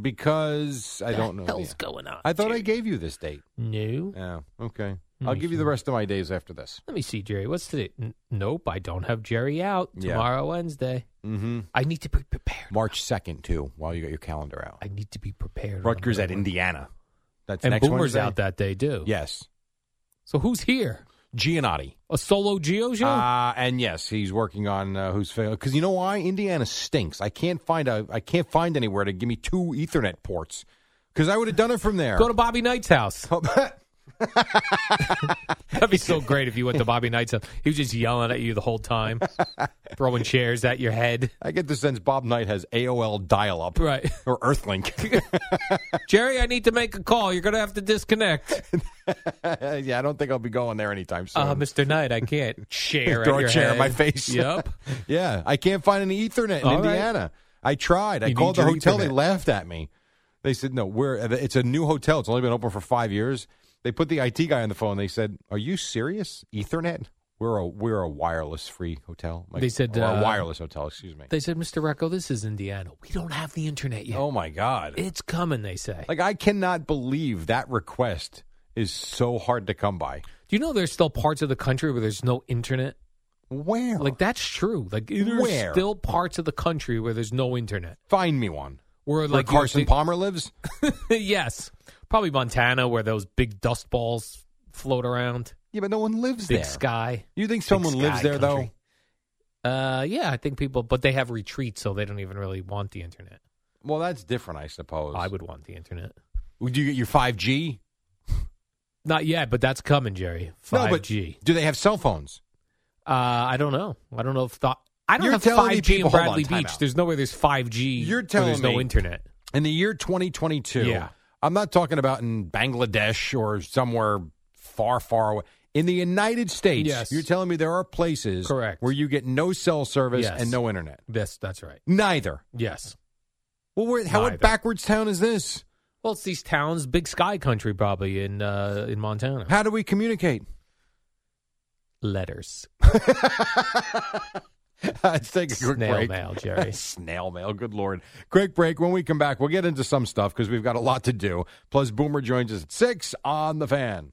Speaker 1: Because I don't know.
Speaker 2: Hell's
Speaker 1: yeah.
Speaker 2: going on.
Speaker 1: I thought
Speaker 2: Jerry?
Speaker 1: I gave you this date.
Speaker 2: no.
Speaker 1: Yeah. Okay.
Speaker 2: Let
Speaker 1: I'll
Speaker 2: me
Speaker 1: give you
Speaker 2: see.
Speaker 1: the rest of my days after this.
Speaker 2: Let me see, Jerry. What's today? N- nope, I don't have Jerry out
Speaker 1: Yeah.
Speaker 2: tomorrow, Wednesday.
Speaker 1: Mm-hmm.
Speaker 2: I need to be prepared.
Speaker 1: March second too. While you got your calendar out.
Speaker 2: I need to be prepared.
Speaker 1: Rutgers
Speaker 2: on
Speaker 1: at
Speaker 2: that.
Speaker 1: Indiana. That's
Speaker 2: and
Speaker 1: next
Speaker 2: Boomer's
Speaker 1: Wednesday.
Speaker 2: out that day too.
Speaker 1: Yes.
Speaker 2: So who's here?
Speaker 1: Giannotti.
Speaker 2: A solo Geo show?
Speaker 1: Uh, and yes, he's working on uh, who's failed because you know why Indiana stinks. I can't find a I can't find anywhere to give me two Ethernet ports because I would have done it from there.
Speaker 2: Go to Bobby Knight's house. That'd be so great if you went to Bobby Knight's house. He was just yelling at you the whole time, throwing chairs at your head.
Speaker 1: I get the sense Bob Knight has AOL dial up
Speaker 2: Right.
Speaker 1: or Earthlink.
Speaker 2: Jerry, I need to make a call. You're going to have to disconnect.
Speaker 1: yeah, I don't think I'll be going there anytime soon.
Speaker 2: Uh, Mr. Knight, I can't. Chair.
Speaker 1: Throw
Speaker 2: at
Speaker 1: a
Speaker 2: your
Speaker 1: chair
Speaker 2: head.
Speaker 1: in my face.
Speaker 2: Yep.
Speaker 1: Yeah, I can't find any Ethernet in
Speaker 2: All right.
Speaker 1: Indiana. I tried. I
Speaker 2: You
Speaker 1: called
Speaker 2: need
Speaker 1: the
Speaker 2: your
Speaker 1: hotel. They
Speaker 2: Ethernet.
Speaker 1: laughed at me. They said, "No, we're it's a new hotel. It's only been open for five years." They put the IT guy on the phone. They said, "Are you serious? Ethernet? We're a we're a wireless free hotel." Like,
Speaker 2: They said,
Speaker 1: or a
Speaker 2: uh,
Speaker 1: wireless hotel. Excuse me.
Speaker 2: They said, Mr. Recco, this is Indiana. We don't have the internet yet.
Speaker 1: oh my god!
Speaker 2: It's coming, they say.
Speaker 1: like I cannot believe that request is so hard to come by.
Speaker 2: Do you know there's still parts of the country where there's no internet?
Speaker 1: Where?
Speaker 2: Like, that's true. Like, there's
Speaker 1: Where?
Speaker 2: still parts of the country where there's no internet.
Speaker 1: find me one.
Speaker 2: Where,
Speaker 1: Where
Speaker 2: like, you have
Speaker 1: Carson
Speaker 2: to-
Speaker 1: Palmer lives.
Speaker 2: yes. Probably Montana, where those big dust balls float around.
Speaker 1: Yeah, but no one lives
Speaker 2: Big
Speaker 1: there.
Speaker 2: sky.
Speaker 1: You think someone
Speaker 2: Big
Speaker 1: lives
Speaker 2: sky
Speaker 1: there though?
Speaker 2: country. Uh, yeah, I think people, but they have retreats, so they don't even really want the internet.
Speaker 1: Well, that's different, I suppose.
Speaker 2: I would want the internet.
Speaker 1: Do you get your 5G?
Speaker 2: Not yet, but that's coming, Jerry. Five G.
Speaker 1: do they have cell phones?
Speaker 2: Uh, I don't know. I don't know if thought. I don't
Speaker 1: You're
Speaker 2: have
Speaker 1: telling me
Speaker 2: five G in
Speaker 1: people- hold on,
Speaker 2: Bradley
Speaker 1: time
Speaker 2: Beach.
Speaker 1: out.
Speaker 2: There's nowhere there's five G.
Speaker 1: You're
Speaker 2: there's
Speaker 1: telling
Speaker 2: no
Speaker 1: me-
Speaker 2: internet.
Speaker 1: In the year 2022,
Speaker 2: Yeah.
Speaker 1: I'm not talking about in Bangladesh or somewhere far, far away. In the United States,
Speaker 2: Yes.
Speaker 1: you're telling me there are places
Speaker 2: Correct.
Speaker 1: where you get no cell service
Speaker 2: Yes.
Speaker 1: and no internet.
Speaker 2: Yes, that's right.
Speaker 1: Neither.
Speaker 2: Yes.
Speaker 1: Well, where, how
Speaker 2: Neither.
Speaker 1: what backwards town is this?
Speaker 2: Well, it's these towns, big sky country, probably in uh, in Montana.
Speaker 1: How do we communicate?
Speaker 2: Letters,
Speaker 1: Let's take a quick
Speaker 2: snail
Speaker 1: break.
Speaker 2: mail, Jerry.
Speaker 1: Snail mail, good lord. Quick break. When we come back, we'll get into some stuff because we've got a lot to do. Plus, Boomer joins us at 6 on the fan.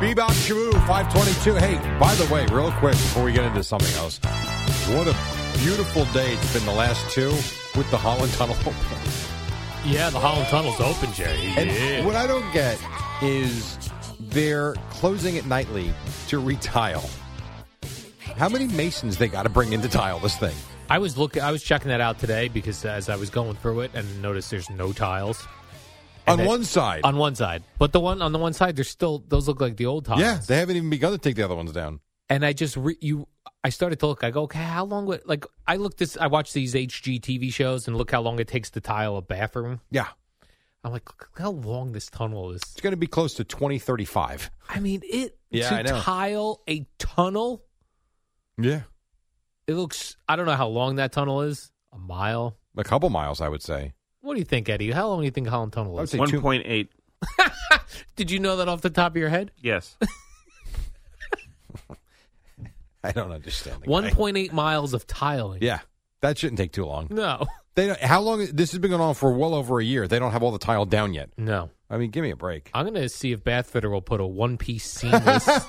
Speaker 1: Bebop Shamu, 522. Hey, by the way, real quick before we get into something else, what a beautiful day it's been the last two with the Holland Tunnel.
Speaker 2: Yeah, the Holland Tunnel's open, Jerry.
Speaker 1: and what I don't get is they're closing it nightly to retile. How many masons they got to bring in to tile this thing?
Speaker 2: I was looking. I was checking that out today because as I was going through it and noticed there's no tiles
Speaker 1: on
Speaker 2: that-
Speaker 1: one side.
Speaker 2: on one side, but the one on the one side there's still those look like the old tiles.
Speaker 1: yeah, they haven't even begun to take the other ones down.
Speaker 2: and I just re- you I started to look. I go, okay, how long would like I look this? I watch these HGTV shows and look how long it takes to tile a bathroom.
Speaker 1: Yeah,
Speaker 2: I'm like, look how long this tunnel is.
Speaker 1: it's going to be close to twenty thirty five.
Speaker 2: I mean, it
Speaker 1: Yeah,
Speaker 2: to
Speaker 1: I know.
Speaker 2: tile a tunnel.
Speaker 1: Yeah,
Speaker 2: It looks. I don't know how long that tunnel is. A mile.
Speaker 1: a couple miles, I would say.
Speaker 2: What do you think, Eddie? How long do you think Holland Tunnel
Speaker 1: I would
Speaker 2: is?
Speaker 1: say two-
Speaker 6: 1.8.
Speaker 2: Did you know that off the top of your head?
Speaker 6: Yes.
Speaker 1: I don't understand. the
Speaker 2: One
Speaker 1: guy.
Speaker 2: point eight miles of tiling.
Speaker 1: Yeah, that shouldn't take too long.
Speaker 2: No.
Speaker 1: They don't, how long? This has been going on for well over a year. They don't have all the tile down yet.
Speaker 2: No.
Speaker 1: I mean, give me a break.
Speaker 2: I'm gonna see if Bathfitter will put a one piece seamless.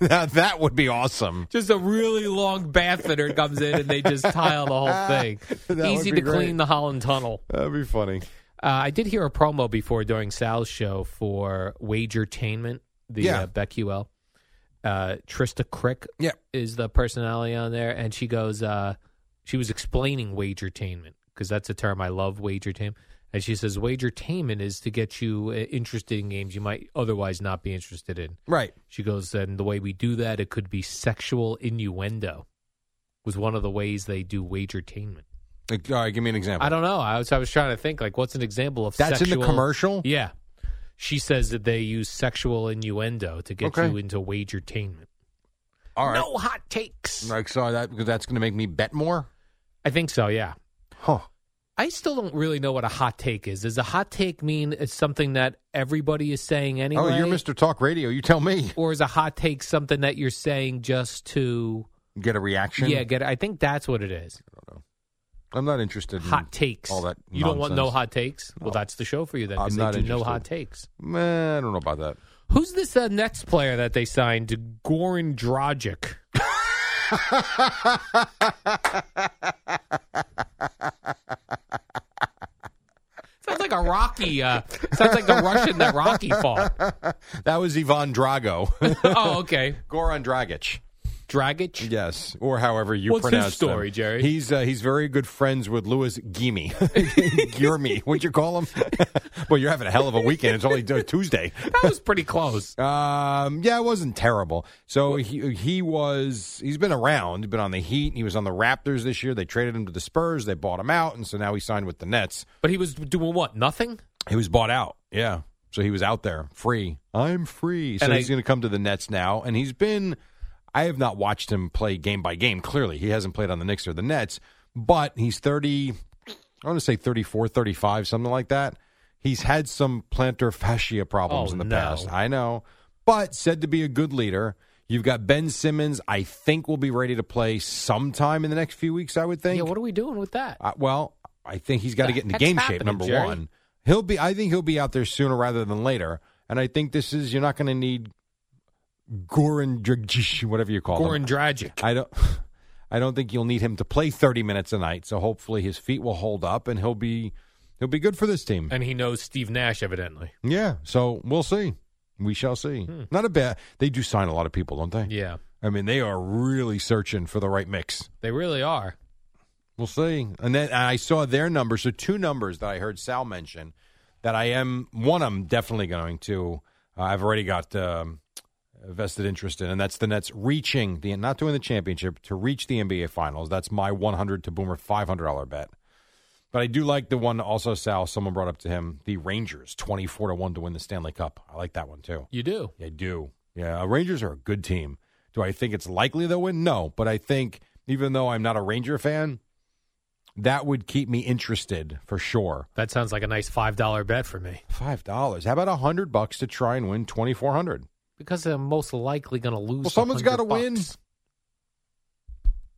Speaker 1: now, that would be awesome.
Speaker 2: just a really long Bathfitter comes in and they just tile the whole thing.
Speaker 1: That
Speaker 2: Easy
Speaker 1: would
Speaker 2: to
Speaker 1: be
Speaker 2: clean
Speaker 1: great.
Speaker 2: the Holland Tunnel.
Speaker 1: That'd be funny.
Speaker 2: Uh, I did hear a promo before during Sal's show for Wagertainment, the
Speaker 1: Yeah.
Speaker 2: uh, BetQL. Uh, Trista Crick
Speaker 1: Yeah.
Speaker 2: is the personality on there, and she goes, uh, she was explaining Wagertainment because that's a term I love, Wagertainment. And she says, Wagertainment is to get you uh, interested in games you might otherwise not be interested in.
Speaker 1: Right.
Speaker 2: She goes, and the way we do that, it could be sexual innuendo, was one of the ways they do wagertainment.
Speaker 1: Like, all right, give me an example.
Speaker 2: I don't know. I was I was trying to think like, what's an example of
Speaker 1: That's in the
Speaker 2: sexual-
Speaker 1: commercial.
Speaker 2: Yeah, she says that they use sexual innuendo to get
Speaker 1: Okay.
Speaker 2: you into wagertainment.
Speaker 1: All right.
Speaker 2: No hot takes.
Speaker 1: Like so that because that's going to make me bet more.
Speaker 2: I think so. Yeah.
Speaker 1: Huh.
Speaker 2: I still don't really know what a hot take is. Does a hot take mean it's something that everybody is saying anyway?
Speaker 1: Oh, you're Mr. Talk Radio. You tell me.
Speaker 2: Or is a hot take something that you're saying just to
Speaker 1: Get a reaction.
Speaker 2: yeah? Get. I think that's what it is.
Speaker 1: I'm not interested. in
Speaker 2: hot takes.
Speaker 1: All that.
Speaker 2: You don't want no
Speaker 1: nonsense.
Speaker 2: hot takes. Well, that's the show for you then. 'cause
Speaker 1: I'm
Speaker 2: they
Speaker 1: not
Speaker 2: do no
Speaker 1: interested.
Speaker 2: hot takes.
Speaker 1: Meh, I don't know about that.
Speaker 2: Who's this uh, next player that they signed? Goran Dragic. sounds like a Rocky. Uh, sounds like the Russian that Rocky fought.
Speaker 1: That was Ivan Drago,
Speaker 2: Oh, okay.
Speaker 1: Goran Dragic.
Speaker 2: Dragic.
Speaker 1: Yes, or however you
Speaker 2: What's his
Speaker 1: pronounce them.
Speaker 2: story, Jerry?
Speaker 1: He's uh, he's very good friends with Louis Gimme. Gimme, what'd you call him? well, you're having a hell of a weekend. It's only uh, Tuesday.
Speaker 2: That was pretty close.
Speaker 1: Um, yeah, it wasn't terrible. So he he was he's been around, been on the Heat. He was on the Raptors this year. They traded him to the Spurs. They bought him out, and so now he signed with the Nets.
Speaker 2: But he was doing what? Nothing.
Speaker 1: He was bought out. Yeah. So he was out there free. I'm free. So
Speaker 2: And I-
Speaker 1: he's going to come to the Nets now. And he's been, I have not watched him play game by game. Clearly, he hasn't played on the Knicks or the Nets, but he's 30, I want to say 34, 35, something like that. He's had some plantar fascia problems
Speaker 2: Oh,
Speaker 1: in the
Speaker 2: no.
Speaker 1: past. I know. But said to be a good leader. You've got Ben Simmons, I think, will be ready to play sometime in the next few weeks, I would think.
Speaker 2: Yeah. What are we doing with that?
Speaker 1: Uh, well, I think he's got
Speaker 2: The
Speaker 1: to get into
Speaker 2: heck's
Speaker 1: game shape.
Speaker 2: happening,
Speaker 1: Number
Speaker 2: Jerry?
Speaker 1: one, he'll be. I think he'll be out there sooner rather than later. And I think this is you're not going to need Goran Dragic, whatever you call him.
Speaker 2: Goran Dragic.
Speaker 1: I don't. I don't think you'll need him to play 30 minutes a night. So hopefully his feet will hold up and he'll be he'll be good for this team.
Speaker 2: And he knows Steve Nash evidently.
Speaker 1: yeah. So we'll see. We shall see. Not a bad. They do sign a lot of people, don't they?
Speaker 2: Hmm. Yeah.
Speaker 1: I mean, they are really searching for the right mix.
Speaker 2: They really are.
Speaker 1: We'll see. And then I saw their numbers. So two numbers that I heard Sal mention that I am one. I'm definitely going to. Uh, I've already got um, vested interest in, and that's the Nets reaching the not to win the championship to reach the NBA Finals. That's my 100 to Boomer 500 dollar bet. But I do like the one also Sal. Someone brought up to him the Rangers 24 to one to win the Stanley Cup. I like that one too.
Speaker 2: You do.
Speaker 1: I do. Yeah, uh, Rangers are a good team. Do I think it's likely they'll win? No, but I think even though I'm not a Ranger fan, that would keep me interested for sure.
Speaker 2: That sounds like a nice five dollar bet for me
Speaker 1: Five dollars. How about a hundred bucks to try and win twenty four hundred?
Speaker 2: because I'm most likely going to lose.
Speaker 1: Well, someone's
Speaker 2: got to
Speaker 1: gotta win.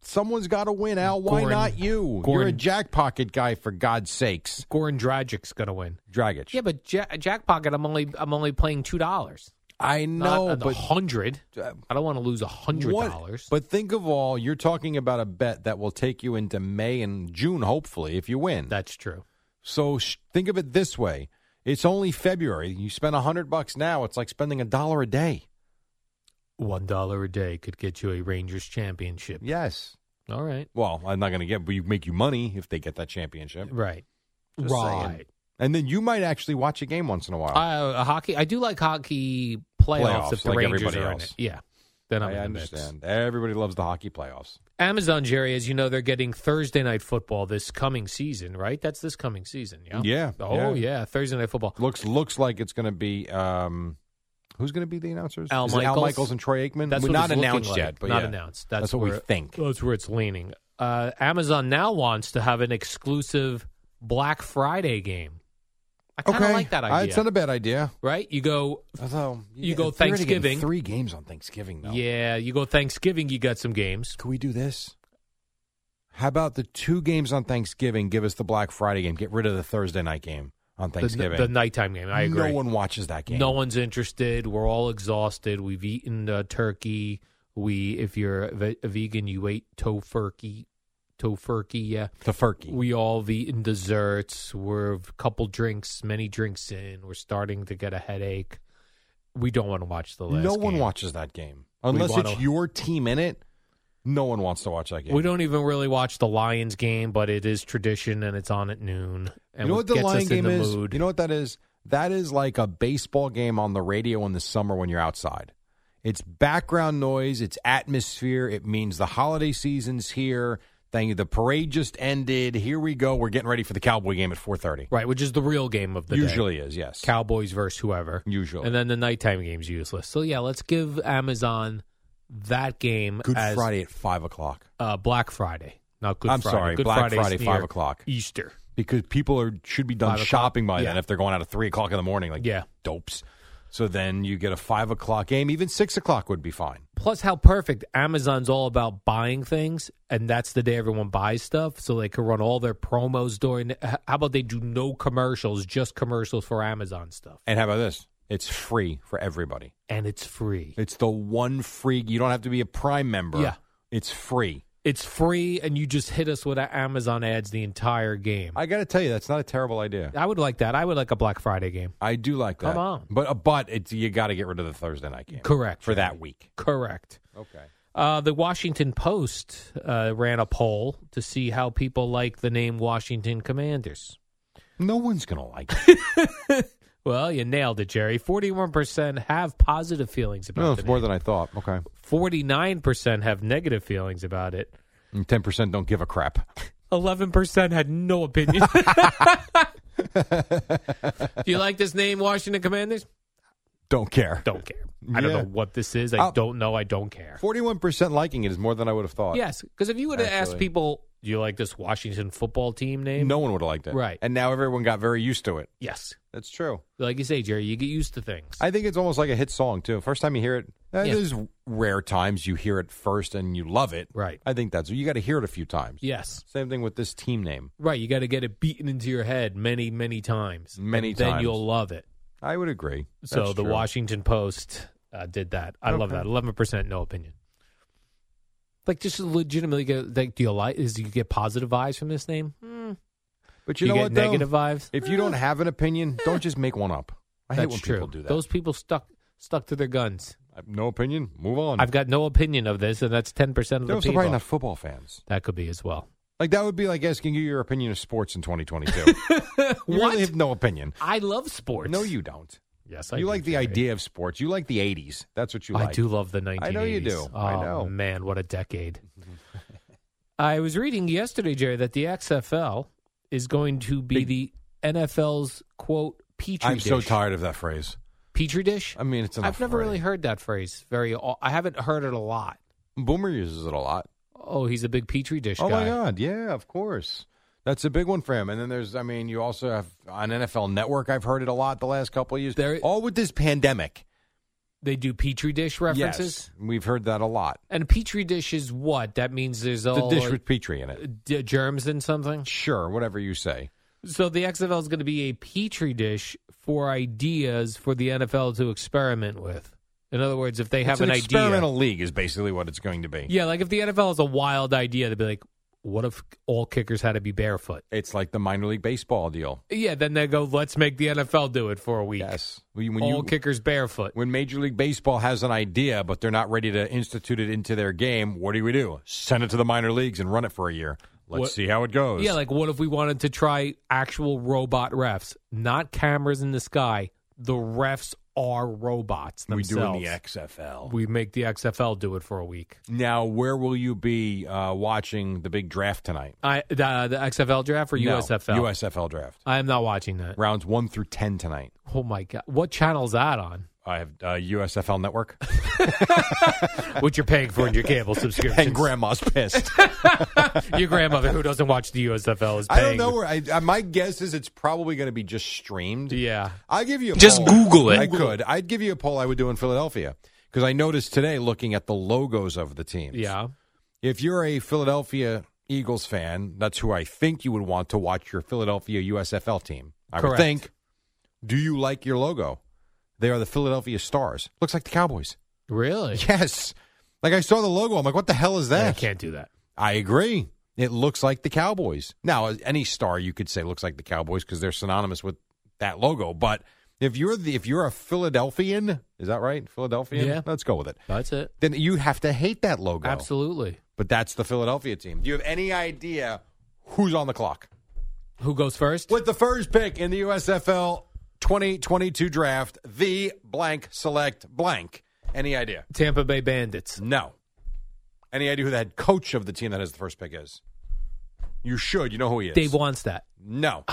Speaker 1: Someone's got to win, Al. Why
Speaker 2: Goran-
Speaker 1: not you? You're a
Speaker 2: Goran-
Speaker 1: jackpocket guy, for God's sakes.
Speaker 2: Goran Dragic's going to win.
Speaker 1: Dragic.
Speaker 2: Yeah, but ja- Jackpocket, I'm only I'm only playing two dollars.
Speaker 1: I know,
Speaker 2: a
Speaker 1: but
Speaker 2: hundred.
Speaker 1: Uh,
Speaker 2: I don't want to lose a hundred
Speaker 1: What-
Speaker 2: dollars.
Speaker 1: But think of all you're talking about a bet that will take you into May and June, hopefully, if you win.
Speaker 2: that's true.
Speaker 1: So sh- think of it this way: it's only February. You spend a hundred bucks now; it's like spending a dollar a day.
Speaker 2: One dollar a day could get you a Rangers championship.
Speaker 1: Yes,
Speaker 2: All right.
Speaker 1: Well, I'm not going to get, but you make you money if they get that championship.
Speaker 2: Right.
Speaker 1: Just saying. And then you might actually watch a game once in a while.
Speaker 2: Uh, a hockey. I do like hockey playoffs,
Speaker 1: Playoffs,
Speaker 2: if the
Speaker 1: like
Speaker 2: Rangers
Speaker 1: everybody
Speaker 2: are in
Speaker 1: else.
Speaker 2: it. Yeah. Then I'm
Speaker 1: I
Speaker 2: in the mix.
Speaker 1: understand. Everybody loves the hockey playoffs.
Speaker 2: Amazon, Jerry, as you know, they're getting Thursday night football this coming season, right? That's this coming season. Yeah.
Speaker 1: Yeah,
Speaker 2: Oh yeah,
Speaker 1: yeah.
Speaker 2: Thursday night football.
Speaker 1: Looks looks like it's going to be. Um, who's going to be the announcers?
Speaker 2: Al
Speaker 1: Is it Al
Speaker 2: Michaels?
Speaker 1: Michaels and Troy Aikman.
Speaker 2: That's
Speaker 1: We're
Speaker 2: what it's
Speaker 1: not
Speaker 2: looking
Speaker 1: announced
Speaker 2: like.
Speaker 1: yet, but
Speaker 2: not
Speaker 1: yeah.
Speaker 2: announced. That's,
Speaker 1: what
Speaker 2: where,
Speaker 1: we think.
Speaker 2: That's where it's leaning. Uh, Amazon now wants to have an exclusive Black Friday game. I kind of
Speaker 1: okay,
Speaker 2: like that
Speaker 1: Uh,
Speaker 2: idea.
Speaker 1: It's not a bad idea.
Speaker 2: right? You go
Speaker 1: Although
Speaker 2: You go
Speaker 1: if they're already getting
Speaker 2: Thanksgiving.
Speaker 1: three games on Thanksgiving. Though.
Speaker 2: Yeah, you go Thanksgiving, you got some games.
Speaker 1: Could we do this? How about the two games on Thanksgiving? Give us the Black Friday game. Get rid of the Thursday night game on
Speaker 2: The-
Speaker 1: Thanksgiving.
Speaker 2: The, nighttime game. I agree.
Speaker 1: No one watches that game.
Speaker 2: No one's interested. We're all exhausted. We've eaten uh, turkey. We, if you're a, ve- a vegan, you ate tofurkey. Tofurkey, yeah.
Speaker 1: The Furky.
Speaker 2: We all have eaten desserts. We're a couple drinks, many drinks in. We're starting to get a headache. We don't want to watch the last.
Speaker 1: no one
Speaker 2: game.
Speaker 1: watches that game unless
Speaker 2: wanna-
Speaker 1: it's your team in it. No one wants to watch that game.
Speaker 2: We don't even really watch the Lions game, but it is tradition and it's on at noon. And
Speaker 1: you know
Speaker 2: it
Speaker 1: what the
Speaker 2: gets
Speaker 1: Lion
Speaker 2: us
Speaker 1: game
Speaker 2: in the
Speaker 1: is?
Speaker 2: Mood.
Speaker 1: You know what that is? That is like a baseball game on the radio in the summer when you're outside. It's background noise. It's atmosphere. It means the holiday season's here. Thank you. The parade just ended. Here we go. We're getting ready for the Cowboy game at 4:30.
Speaker 2: right, which is the real game of the day.
Speaker 1: Usually is yes.
Speaker 2: Cowboys versus whoever.
Speaker 1: Usually.
Speaker 2: And then the nighttime game's useless. So yeah, let's give Amazon that game
Speaker 1: Good
Speaker 2: as
Speaker 1: Friday at five o'clock
Speaker 2: uh, Black Friday. Not Good
Speaker 1: I'm
Speaker 2: Friday.
Speaker 1: sorry,
Speaker 2: Good
Speaker 1: Black
Speaker 2: Friday's
Speaker 1: Friday,
Speaker 2: near
Speaker 1: 5 o'clock.
Speaker 2: Easter.
Speaker 1: because people are should be done
Speaker 2: Five o'clock?
Speaker 1: shopping by then
Speaker 2: Yeah.
Speaker 1: if they're going out at three o'clock in the morning. Like
Speaker 2: Yeah.
Speaker 1: dopes. So then you get a five o'clock game. Even six o'clock would be fine.
Speaker 2: Plus, how perfect Amazon's all about buying things, and that's the day everyone buys stuff, so they can run all their promos during. h- How about they do no commercials, just commercials for Amazon stuff,
Speaker 1: And how about this? It's free for everybody.
Speaker 2: and it's free.
Speaker 1: It's the one free. You don't have to be a Prime member.
Speaker 2: Yeah.
Speaker 1: It's free.
Speaker 2: It's free, and you just hit us with a- Amazon ads the entire game.
Speaker 1: I got to tell you, that's not a terrible idea.
Speaker 2: I would like that. I would like a Black Friday game.
Speaker 1: I do like that.
Speaker 2: Come on.
Speaker 1: But uh, but it's you got to get rid of the Thursday night game.
Speaker 2: Correct.
Speaker 1: For that week.
Speaker 2: Correct.
Speaker 1: Okay.
Speaker 2: Uh, the Washington Post uh, ran a poll to see how people like the name Washington Commanders.
Speaker 1: No one's going to like it.
Speaker 2: Well, you nailed it, Jerry. 41% have positive feelings about
Speaker 1: no,
Speaker 2: the
Speaker 1: it's more
Speaker 2: name.
Speaker 1: than I thought. Okay.
Speaker 2: 49% have negative feelings about it.
Speaker 1: And 10% don't give a crap.
Speaker 2: 11% had no opinion. Do you like this name, Washington Commanders?
Speaker 1: Don't care.
Speaker 2: Don't care. I don't
Speaker 1: Yeah.
Speaker 2: know what this is. I
Speaker 1: I'll-
Speaker 2: don't know. I don't care.
Speaker 1: 41% liking it is more than I would have thought.
Speaker 2: Yes, because if you would have asked
Speaker 1: Actually.
Speaker 2: people, do you like this Washington football team name?
Speaker 1: No one would have liked it.
Speaker 2: Right.
Speaker 1: And now everyone got very used to it.
Speaker 2: Yes.
Speaker 1: That's true.
Speaker 2: Like you say, Jerry, you get used to things.
Speaker 1: I think it's almost like a hit song too. First time you hear it, uh,
Speaker 2: Yeah.
Speaker 1: there's rare times you hear it first and you love it.
Speaker 2: Right.
Speaker 1: I think that's you got to hear it a few times.
Speaker 2: yes.
Speaker 1: Same thing with this team name.
Speaker 2: Right. You got to get it beaten into your head many, many times.
Speaker 1: Many
Speaker 2: and then
Speaker 1: times.
Speaker 2: you'll love it.
Speaker 1: I would agree.
Speaker 2: So
Speaker 1: That's
Speaker 2: the
Speaker 1: true.
Speaker 2: Washington Post uh, did that. I love
Speaker 1: Okay.
Speaker 2: that. Eleven percent no opinion. Like just legitimately, get, like do you like? Is do you get positive vibes from this name?
Speaker 1: but
Speaker 2: Do you
Speaker 1: you, know
Speaker 2: get
Speaker 1: what? though?
Speaker 2: negative vibes? Eh.
Speaker 1: If you don't have an opinion, don't just make one up. I hate
Speaker 2: That's
Speaker 1: when
Speaker 2: true.
Speaker 1: people do that.
Speaker 2: Those people stuck stuck to their guns.
Speaker 1: I have Oh, no opinion. Move on.
Speaker 2: I've got no opinion of this, and that's ten percent of
Speaker 1: They're
Speaker 2: the
Speaker 1: also
Speaker 2: people.
Speaker 1: probably not football fans.
Speaker 2: That could be as well.
Speaker 1: Like that would be like asking you your opinion of sports in 2022. you
Speaker 2: What?
Speaker 1: really have no opinion.
Speaker 2: I love sports.
Speaker 1: No, you don't.
Speaker 2: Yes, I
Speaker 1: you
Speaker 2: do,
Speaker 1: like the
Speaker 2: Jerry.
Speaker 1: idea of sports. You like the 80s. That's what you like.
Speaker 2: I do love the 1980s.
Speaker 1: I know you do.
Speaker 2: Oh,
Speaker 1: I know.
Speaker 2: man, what a decade. I was reading yesterday, Jerry, that the XFL is going to be the NFL's quote petri
Speaker 1: I'm
Speaker 2: dish.
Speaker 1: so tired of that phrase.
Speaker 2: Petri dish?
Speaker 1: I mean, it's enough
Speaker 2: I've never
Speaker 1: already.
Speaker 2: really heard that phrase very o- I haven't heard it a lot.
Speaker 1: Boomer uses it a lot.
Speaker 2: Oh, he's a big petri dish
Speaker 1: Oh
Speaker 2: guy.
Speaker 1: my god, yeah, of course. That's a big one for him. And then there's, I mean, you also have on NFL Network. I've heard it a lot the last couple of years.
Speaker 2: There-
Speaker 1: All with this pandemic
Speaker 2: They do petri dish references.
Speaker 1: Yes, we've heard that a lot.
Speaker 2: And petri dish is what? That means there's all
Speaker 1: the dish with petri in it.
Speaker 2: d- germs in something.
Speaker 1: Sure, whatever you say.
Speaker 2: So the XFL is going to be a petri dish for ideas for the NFL to experiment with. In other words, if they have
Speaker 1: it's an,
Speaker 2: idea,
Speaker 1: experimental league is basically what it's going to be.
Speaker 2: yeah, like if the NFL has a wild idea, they'd be like, What if all kickers had to be barefoot?
Speaker 1: It's like the minor league baseball deal.
Speaker 2: Yeah, then they go, let's make the NFL do it for a week.
Speaker 1: Yes. When, when
Speaker 2: all
Speaker 1: you,
Speaker 2: kickers barefoot.
Speaker 1: when Major League Baseball has an idea, but they're not ready to institute it into their game, what do we do? Send it to the minor leagues and run it for a year. Let's
Speaker 2: What-
Speaker 1: see how it goes.
Speaker 2: Yeah, like what if we wanted to try actual robot refs, not cameras in the sky? The refs are robots
Speaker 1: we do
Speaker 2: themselves.
Speaker 1: in the XFL.
Speaker 2: We make the XFL do it for a week.
Speaker 1: now, where will you be uh, watching the big draft tonight?
Speaker 2: I the, the XFL draft or
Speaker 1: No,
Speaker 2: USFL?
Speaker 1: USFL draft.
Speaker 2: I am not watching that.
Speaker 1: Rounds one through 10 tonight.
Speaker 2: Oh my god, what channel's that on?
Speaker 1: I have uh, USFL Network.
Speaker 2: What you're paying for in your cable subscription?
Speaker 1: and Grandma's pissed.
Speaker 2: your grandmother who doesn't watch the USFL is
Speaker 1: I
Speaker 2: paying.
Speaker 1: don't know where. I, uh, my guess is it's probably going to be just streamed.
Speaker 2: Yeah,
Speaker 1: I'll give you a
Speaker 7: Just
Speaker 1: poll.
Speaker 7: Google it.
Speaker 1: I could. I'd give you a poll I would do in Philadelphia because I noticed today looking at the logos of the teams.
Speaker 2: yeah.
Speaker 1: If you're a Philadelphia Eagles fan, that's who I think you would want to watch your Philadelphia USFL team. I would
Speaker 2: Correct.
Speaker 1: think. Do you like your logo? They are the Philadelphia Stars. Looks like the Cowboys.
Speaker 2: Really?
Speaker 1: Yes. Like I saw the logo. I'm like, what the hell is that?
Speaker 2: I can't do that.
Speaker 1: I agree. It looks like the Cowboys. Now, as any star you could say looks like the Cowboys because they're synonymous with that logo. But if you're the if you're a Philadelphian, is that right? Philadelphian.
Speaker 2: Yeah.
Speaker 1: Let's go with it.
Speaker 2: That's it.
Speaker 1: Then you have to hate that logo.
Speaker 2: Absolutely.
Speaker 1: But that's the Philadelphia team. Do you have any idea who's on the clock
Speaker 2: Who goes first?
Speaker 1: with the first pick in the USFL 2022 draft? The blank select blank. Any idea?
Speaker 2: Tampa Bay Bandits.
Speaker 1: No. Any idea who the head coach of the team that has the first pick is? You should. You know who he is.
Speaker 2: Dave wants that.
Speaker 1: No.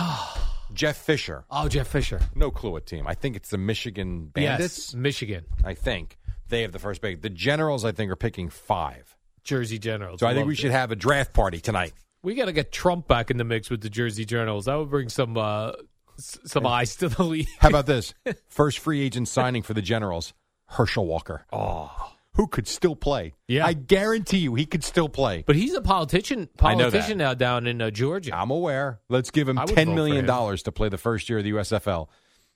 Speaker 1: Jeff Fisher.
Speaker 2: Oh, Jeff Fisher.
Speaker 1: No clue what team. I think it's the Michigan Bandits.
Speaker 2: Yes, Michigan.
Speaker 1: I think they have the first pick. The Generals, I think, are picking five.
Speaker 2: Jersey Generals.
Speaker 1: So I think
Speaker 2: Love
Speaker 1: we
Speaker 2: it.
Speaker 1: should have a draft party tonight.
Speaker 2: We got to get Trump back in the mix with the Jersey Generals. That would bring some uh, s- some eyes to the league.
Speaker 1: How about this? first free agent signing for the Generals, Herschel Walker. Oh. Who could still play?
Speaker 2: Yeah.
Speaker 1: I guarantee you he could still play.
Speaker 2: But he's a politician
Speaker 1: I know that.
Speaker 2: politician now down in uh, Georgia.
Speaker 1: I'm aware. Let's give him
Speaker 2: I would
Speaker 1: ten
Speaker 2: vote for
Speaker 1: million
Speaker 2: him.
Speaker 1: dollars to play the first year of the USFL.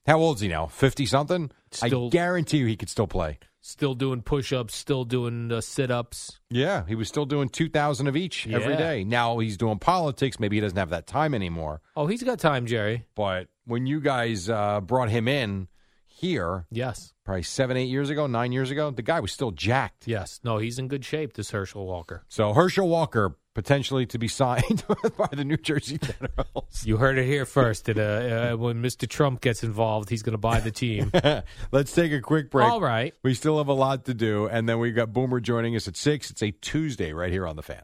Speaker 1: How old's he now? Fifty something. I
Speaker 2: Still-
Speaker 1: guarantee you he could still play.
Speaker 2: Still doing push ups, still doing uh, sit ups.
Speaker 1: Yeah, he was still doing two thousand of each every
Speaker 2: Yeah.
Speaker 1: day. Now he's doing politics. Maybe he doesn't have that time anymore.
Speaker 2: Oh, he's got time, Jerry.
Speaker 1: But when you guys uh, brought him in here,
Speaker 2: Yes,
Speaker 1: probably seven, eight years ago, nine years ago, the guy was still jacked.
Speaker 2: yes. No, he's in good shape. This Herschel Walker.
Speaker 1: So Herschel Walker potentially to be signed by the New Jersey Generals.
Speaker 2: You heard it here first. That uh, uh, when Mr. Trump gets involved, he's going to buy the team.
Speaker 1: Let's take a quick break.
Speaker 2: All right.
Speaker 1: We still have a lot to do, and then we've got Boomer joining us at six. It's a Tuesday right here on the Fan.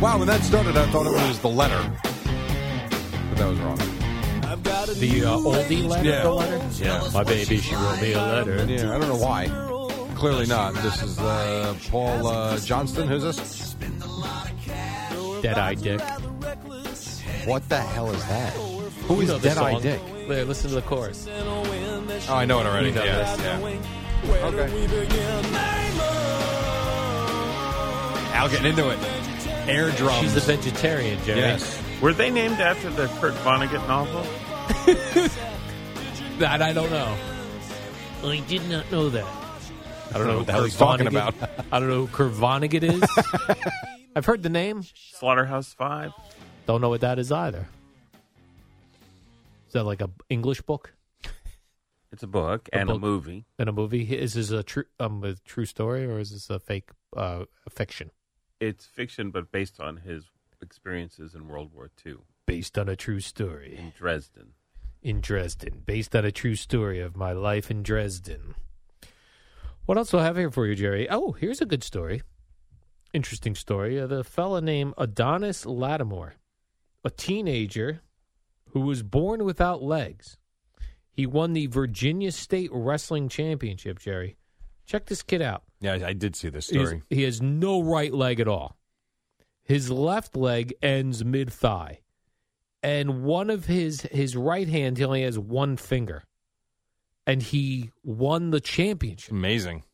Speaker 1: Wow, when that started, I thought it was the letter, but that was wrong.
Speaker 2: The uh, oldie letter.
Speaker 1: Yeah.
Speaker 2: The letter.
Speaker 1: Yeah.
Speaker 2: My baby, she wrote me a letter.
Speaker 1: Yeah, I don't know why. Clearly not. This is uh, Paul uh, Johnston. Who's this?
Speaker 2: Dead Eye Dick.
Speaker 1: What the hell is that? Who
Speaker 2: You
Speaker 1: is
Speaker 2: know this
Speaker 1: Dead Eye
Speaker 2: song.
Speaker 1: Dick?
Speaker 2: There, listen to the chorus.
Speaker 1: Oh, I know it already.
Speaker 2: You know
Speaker 1: yeah,
Speaker 2: this.
Speaker 1: yeah. Okay. Al getting into it. Air drums.
Speaker 2: She's a vegetarian, Jerry.
Speaker 1: yes.
Speaker 8: Were they named after the Kurt Vonnegut novel?
Speaker 2: That I don't know. I did not know that. I don't know
Speaker 1: what
Speaker 2: what
Speaker 1: the hell he's talking about.
Speaker 2: I don't know who Kurt Vonnegut is. I've heard the name.
Speaker 8: Slaughterhouse Five?
Speaker 2: Don't know what that is either. Is that like a English book
Speaker 8: It's a book and
Speaker 2: book.
Speaker 8: a movie.
Speaker 2: in a movie? Is this a true um a true story or is this a fake uh fiction
Speaker 8: It's fiction, but based on his experiences in World War II
Speaker 2: based on a true story
Speaker 8: in Dresden.
Speaker 2: in Dresden? Based on a true story of my life in Dresden. What else do I have here for you, Jerry? Oh, here's a good story. Interesting story. Uh, the fella named Adonis Lattimore, a teenager who was born without legs. He won the Virginia State Wrestling Championship, Jerry. Check this kid out.
Speaker 1: Yeah, I, I did see this story.
Speaker 2: He's- he has no right leg at all. His left leg ends mid thigh, and one of his his right hand he only has one finger, and he won the
Speaker 1: Hmm.
Speaker 2: championship.
Speaker 1: Amazing.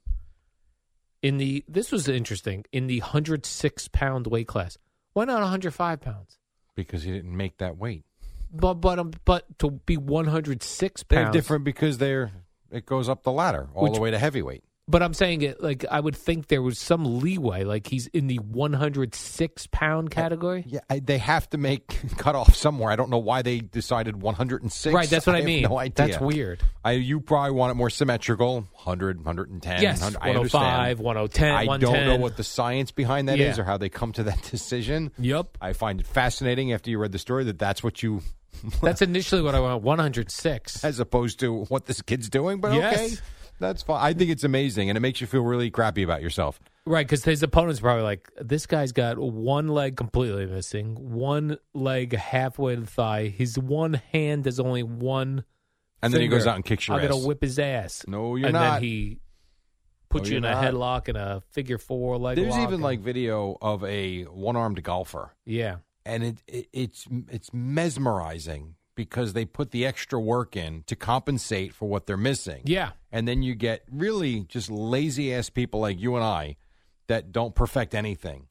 Speaker 2: In the this was interesting in the hundred six pound weight class. Why not one hundred five pounds?
Speaker 1: Because he didn't make that weight.
Speaker 2: But but um, but to be one hundred six
Speaker 1: They're
Speaker 2: pounds
Speaker 1: different because they're it goes up the ladder all
Speaker 2: Which-
Speaker 1: the way to heavyweight.
Speaker 2: But I'm saying it like I would think there was some leeway. Like he's in the 106 pound category.
Speaker 1: Yeah, I, they have to make cut off somewhere. I don't know why they decided 106.
Speaker 2: Right, that's what I
Speaker 1: have
Speaker 2: mean.
Speaker 1: no idea.
Speaker 2: That's weird.
Speaker 1: I, you probably want it more symmetrical 100, 110.
Speaker 2: Yes,
Speaker 1: 100,
Speaker 2: 105, 110,
Speaker 1: I don't
Speaker 2: 110.
Speaker 1: know what the science behind that is
Speaker 2: Yeah.
Speaker 1: or how they come to that decision.
Speaker 2: Yep.
Speaker 1: I find it fascinating after you read the story that that's what you,
Speaker 2: That's initially what I want. 106.
Speaker 1: as opposed to what this kid's doing, but
Speaker 2: Yes.
Speaker 1: okay. That's fine. I think it's amazing and it makes you feel really crappy about yourself.
Speaker 2: Right, because his opponent's probably like, this guy's got one leg completely missing, one leg halfway to the thigh. His one hand is only one.
Speaker 1: And then he goes
Speaker 2: finger.
Speaker 1: out and kicks your
Speaker 2: I'm
Speaker 1: ass.
Speaker 2: gonna whip his ass.
Speaker 1: No, you're
Speaker 2: and
Speaker 1: not.
Speaker 2: then he puts
Speaker 1: No,
Speaker 2: you in
Speaker 1: you're
Speaker 2: a
Speaker 1: not.
Speaker 2: headlock and a figure four leg.
Speaker 1: There's
Speaker 2: lock
Speaker 1: even
Speaker 2: and-
Speaker 1: like video of a one armed golfer.
Speaker 2: yeah,
Speaker 1: and it, it it's it's mesmerizing because they put the extra work in to compensate for what they're missing.
Speaker 2: yeah.
Speaker 1: And then you get really just lazy ass people like you and I that don't perfect anything.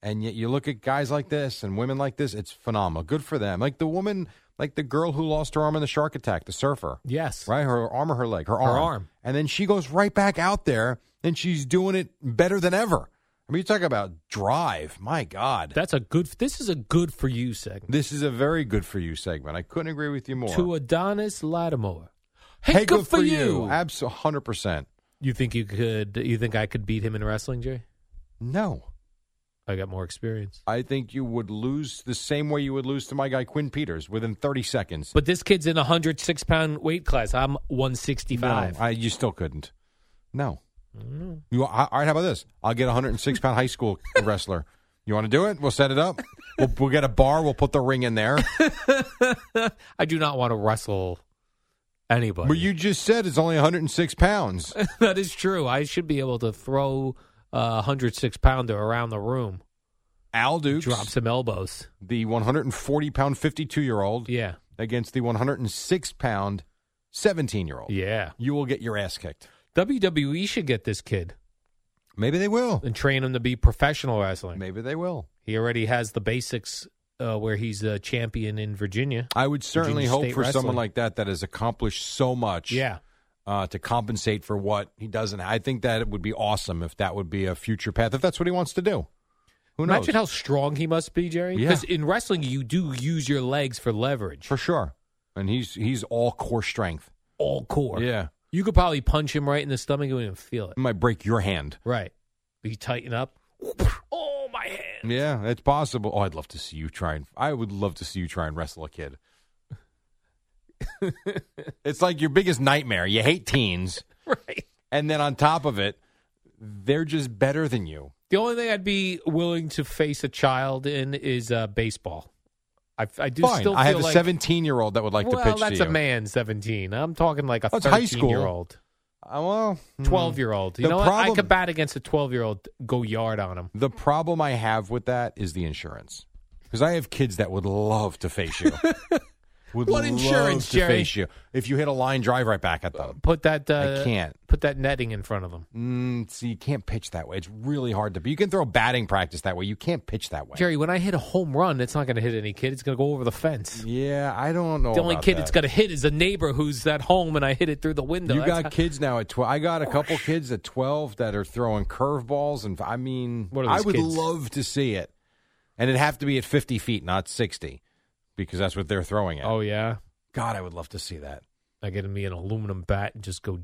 Speaker 1: And yet you look at guys like this and women like this, it's phenomenal. Good for them. Like the woman, like the girl who lost her arm in the shark attack, the surfer.
Speaker 2: Yes.
Speaker 1: Right? Her arm or her leg? Her
Speaker 2: Her
Speaker 1: arm.
Speaker 2: arm.
Speaker 1: And then she goes right back out there and she's doing it better than ever. I mean, you talk about drive. My God.
Speaker 2: That's a good. This is a good for you segment.
Speaker 1: This is a very good for you segment. I couldn't agree with you more.
Speaker 2: To Adonis Lattimore.
Speaker 1: Hey, Absolutely, hundred percent.
Speaker 2: You think you could? You think I could beat him in wrestling, Jay?
Speaker 1: No,
Speaker 2: I got more experience.
Speaker 1: I think you would lose the same way you would lose to my guy Quinn Peters within thirty seconds.
Speaker 2: But this kid's in a hundred six pound weight class. I'm one sixty
Speaker 1: no,
Speaker 2: five.
Speaker 1: I, you still couldn't. No.
Speaker 2: Mm-hmm.
Speaker 1: You all right? How about this? I'll get a hundred and six pound high school wrestler. You want to do it? We'll set it up. We'll, we'll get a bar. We'll put the ring in there.
Speaker 2: I do not want to wrestle anybody.
Speaker 1: But you just said it's only 106 pounds.
Speaker 2: that is true. I should be able to throw a hundred six pounder around the room,
Speaker 1: Al Dukes,
Speaker 2: drop some elbows.
Speaker 1: the 140 pound 52 year old,
Speaker 2: Yeah,
Speaker 1: against the 106 pound 17 year old.
Speaker 2: yeah.
Speaker 1: You will get your ass kicked.
Speaker 2: WWE should get this kid
Speaker 1: Maybe they will.
Speaker 2: and train him to be professional wrestling.
Speaker 1: Maybe they will.
Speaker 2: He already has the basics uh, where he's a champion in Virginia.
Speaker 1: I would certainly
Speaker 2: Virginia
Speaker 1: hope
Speaker 2: State
Speaker 1: for someone
Speaker 2: Wrestling.
Speaker 1: like that that has accomplished so much
Speaker 2: Yeah.
Speaker 1: uh, to compensate for what he doesn't. I think that it would be awesome if that would be a future path, if that's what he wants to do. Who knows?
Speaker 2: Imagine how strong he must be, Jerry.
Speaker 1: Yeah.
Speaker 2: Because in wrestling, you do use your legs for leverage.
Speaker 1: for sure. And he's he's all core strength.
Speaker 2: all core.
Speaker 1: Yeah.
Speaker 2: You could probably punch him right in the stomach and wouldn't even feel it.
Speaker 1: He might break your hand.
Speaker 2: Right. You tighten up. Oh, my hand.
Speaker 1: Yeah, it's possible. Oh, I'd love to see you try and I would love to see you try and wrestle a kid. it's like your biggest nightmare. You hate teens.
Speaker 2: Right.
Speaker 1: And then on top of it, they're just better than you.
Speaker 2: The only thing I'd be willing to face a child in is uh, baseball. I, I do
Speaker 1: Fine.
Speaker 2: still feel
Speaker 1: I have a
Speaker 2: like,
Speaker 1: 17 year old that would like
Speaker 2: well,
Speaker 1: to pitch
Speaker 2: that's
Speaker 1: to you.
Speaker 2: a man, 17. I'm talking like a
Speaker 1: That's high
Speaker 2: 13 year old.
Speaker 1: Uh, well, hmm.
Speaker 2: 12 year old. You
Speaker 1: The
Speaker 2: know what? I
Speaker 1: problem-
Speaker 2: could bat against a 12 year old, go yard on him.
Speaker 1: The problem I have with that is the insurance. Because I have kids that would love to face you. would
Speaker 2: What insurance,
Speaker 1: love to
Speaker 2: Jerry?
Speaker 1: face you. If you hit a line drive right back at them.
Speaker 2: Put that. Uh,
Speaker 1: I can't.
Speaker 2: Put that netting in front of him.
Speaker 1: Mm, see, you can't pitch that way. It's really hard to. You can throw batting practice that way. You can't pitch that way.
Speaker 2: Jerry, when I hit a home run, it's not going to hit any kid. It's going to go over the fence.
Speaker 1: Yeah, I don't know.
Speaker 2: the only
Speaker 1: about
Speaker 2: kid
Speaker 1: that.
Speaker 2: it's going to hit is a neighbor who's at home, and I hit it through the window.
Speaker 1: You
Speaker 2: That's
Speaker 1: got
Speaker 2: how-
Speaker 1: kids now at twelve. I got a couple kids at twelve that are throwing curveballs, and I mean,
Speaker 2: What are
Speaker 1: I
Speaker 2: those
Speaker 1: would
Speaker 2: kids?
Speaker 1: love to see it, and it'd have to be at fifty feet, not sixty, because that's what they're throwing at.
Speaker 2: Oh yeah,
Speaker 1: God, I would love to see that.
Speaker 2: I get me an aluminum bat and just go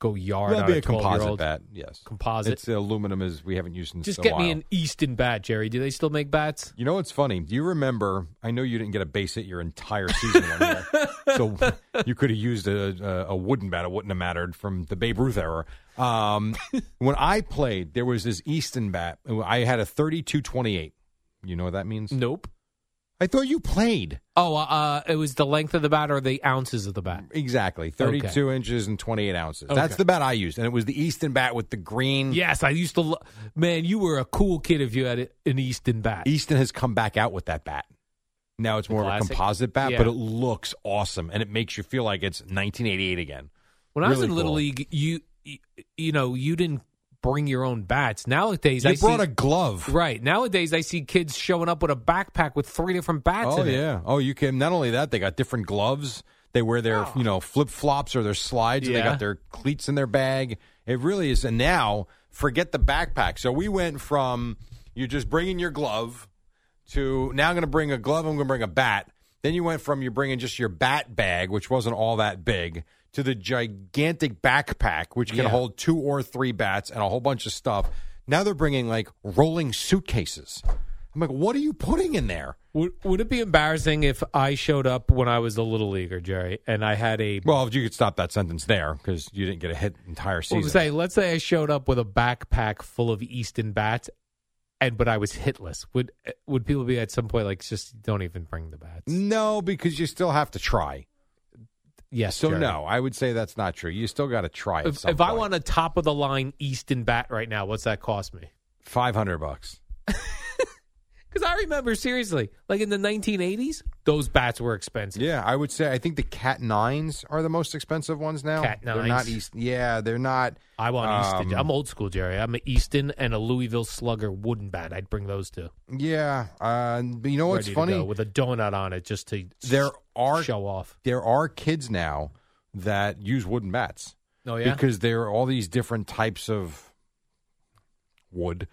Speaker 2: go yard
Speaker 1: That'd
Speaker 2: on
Speaker 1: be a
Speaker 2: twelve year
Speaker 1: composite
Speaker 2: old.
Speaker 1: bat. Yes,
Speaker 2: Composite.
Speaker 1: It's aluminum is we haven't used in
Speaker 2: just
Speaker 1: a
Speaker 2: get
Speaker 1: while.
Speaker 2: me an Easton bat, Jerry. Do they still make bats?
Speaker 1: You know what's funny? Do you remember? I know you didn't get a base hit your entire season, one year, so you could have used a, a, a wooden bat. It wouldn't have mattered from the Babe Ruth era. Um, when I played, there was this Easton bat. I had a thirty-two twenty-eight. You know what that means?
Speaker 2: Nope.
Speaker 1: I thought you played.
Speaker 2: Oh, uh, uh, it was the length of the bat or the ounces of the bat?
Speaker 1: Exactly, thirty-two inches and twenty-eight ounces.
Speaker 2: Okay.
Speaker 1: That's the bat I used, and it was the Easton bat with the green.
Speaker 2: Yes, I used to. Lo- Man, you were a cool kid if you had a- an Easton bat.
Speaker 1: Easton has come back out with that bat. Now it's more of a
Speaker 2: classic?
Speaker 1: composite bat,
Speaker 2: Yeah.
Speaker 1: but it looks awesome, and it makes you feel like it's 1988 again.
Speaker 2: When I was
Speaker 1: Really
Speaker 2: in little
Speaker 1: cool.
Speaker 2: league, you, you you know you didn't bring your own bats. Nowadays,
Speaker 1: You
Speaker 2: I
Speaker 1: brought
Speaker 2: see,
Speaker 1: a glove.
Speaker 2: Right. Nowadays, I see kids showing up with a backpack with three different bats
Speaker 1: oh
Speaker 2: in it.
Speaker 1: yeah. Oh, you can. Not only that, they got different gloves. They wear their you know flip flops or their slides. And they
Speaker 2: Oh. Yeah.
Speaker 1: got their cleats in their bag. It really is. And now forget the backpack. So we went from you just bringing your glove to now I'm going to bring a glove. I'm going to bring a bat. Then you went from you bringing just your bat bag, which wasn't all that big, to the gigantic backpack, which can
Speaker 2: Yeah.
Speaker 1: hold two or three bats and a whole bunch of stuff. Now they're bringing like rolling suitcases. I'm like, what are you putting in there?
Speaker 2: Would, would it be embarrassing if I showed up when I was a little leaguer, Jerry, and I had a
Speaker 1: Well, if you could stop that sentence there because you didn't get a hit entire
Speaker 2: Well,
Speaker 1: season.
Speaker 2: say, let's say I showed up with a backpack full of Easton bats, and but I was hitless. Would would people be at some point like just don't even bring the bats?
Speaker 1: no, because you still have to try.
Speaker 2: Yes.
Speaker 1: So
Speaker 2: Jerry.
Speaker 1: no, I would say that's not true. You still got to try.
Speaker 2: If, if I want a top of the line Easton bat right now, what's that cost me?
Speaker 1: five hundred bucks,
Speaker 2: Because I remember seriously, like in the 1980s, those bats were expensive.
Speaker 1: yeah, I would say. I think the Cat Nines are the most expensive ones now.
Speaker 2: Cat
Speaker 1: They're not
Speaker 2: Nines.
Speaker 1: East. Yeah, they're not.
Speaker 2: I want Easton.
Speaker 1: Um,
Speaker 2: I'm old school, Jerry. I'm an Easton and a Louisville Slugger wooden bat. I'd bring those two.
Speaker 1: Yeah, uh, but you know what's
Speaker 2: ready to
Speaker 1: funny?
Speaker 2: go, with a donut on it just to
Speaker 1: There are-
Speaker 2: show off.
Speaker 1: there are kids now that use wooden bats
Speaker 2: Oh yeah,
Speaker 1: because there are all these different types of wood.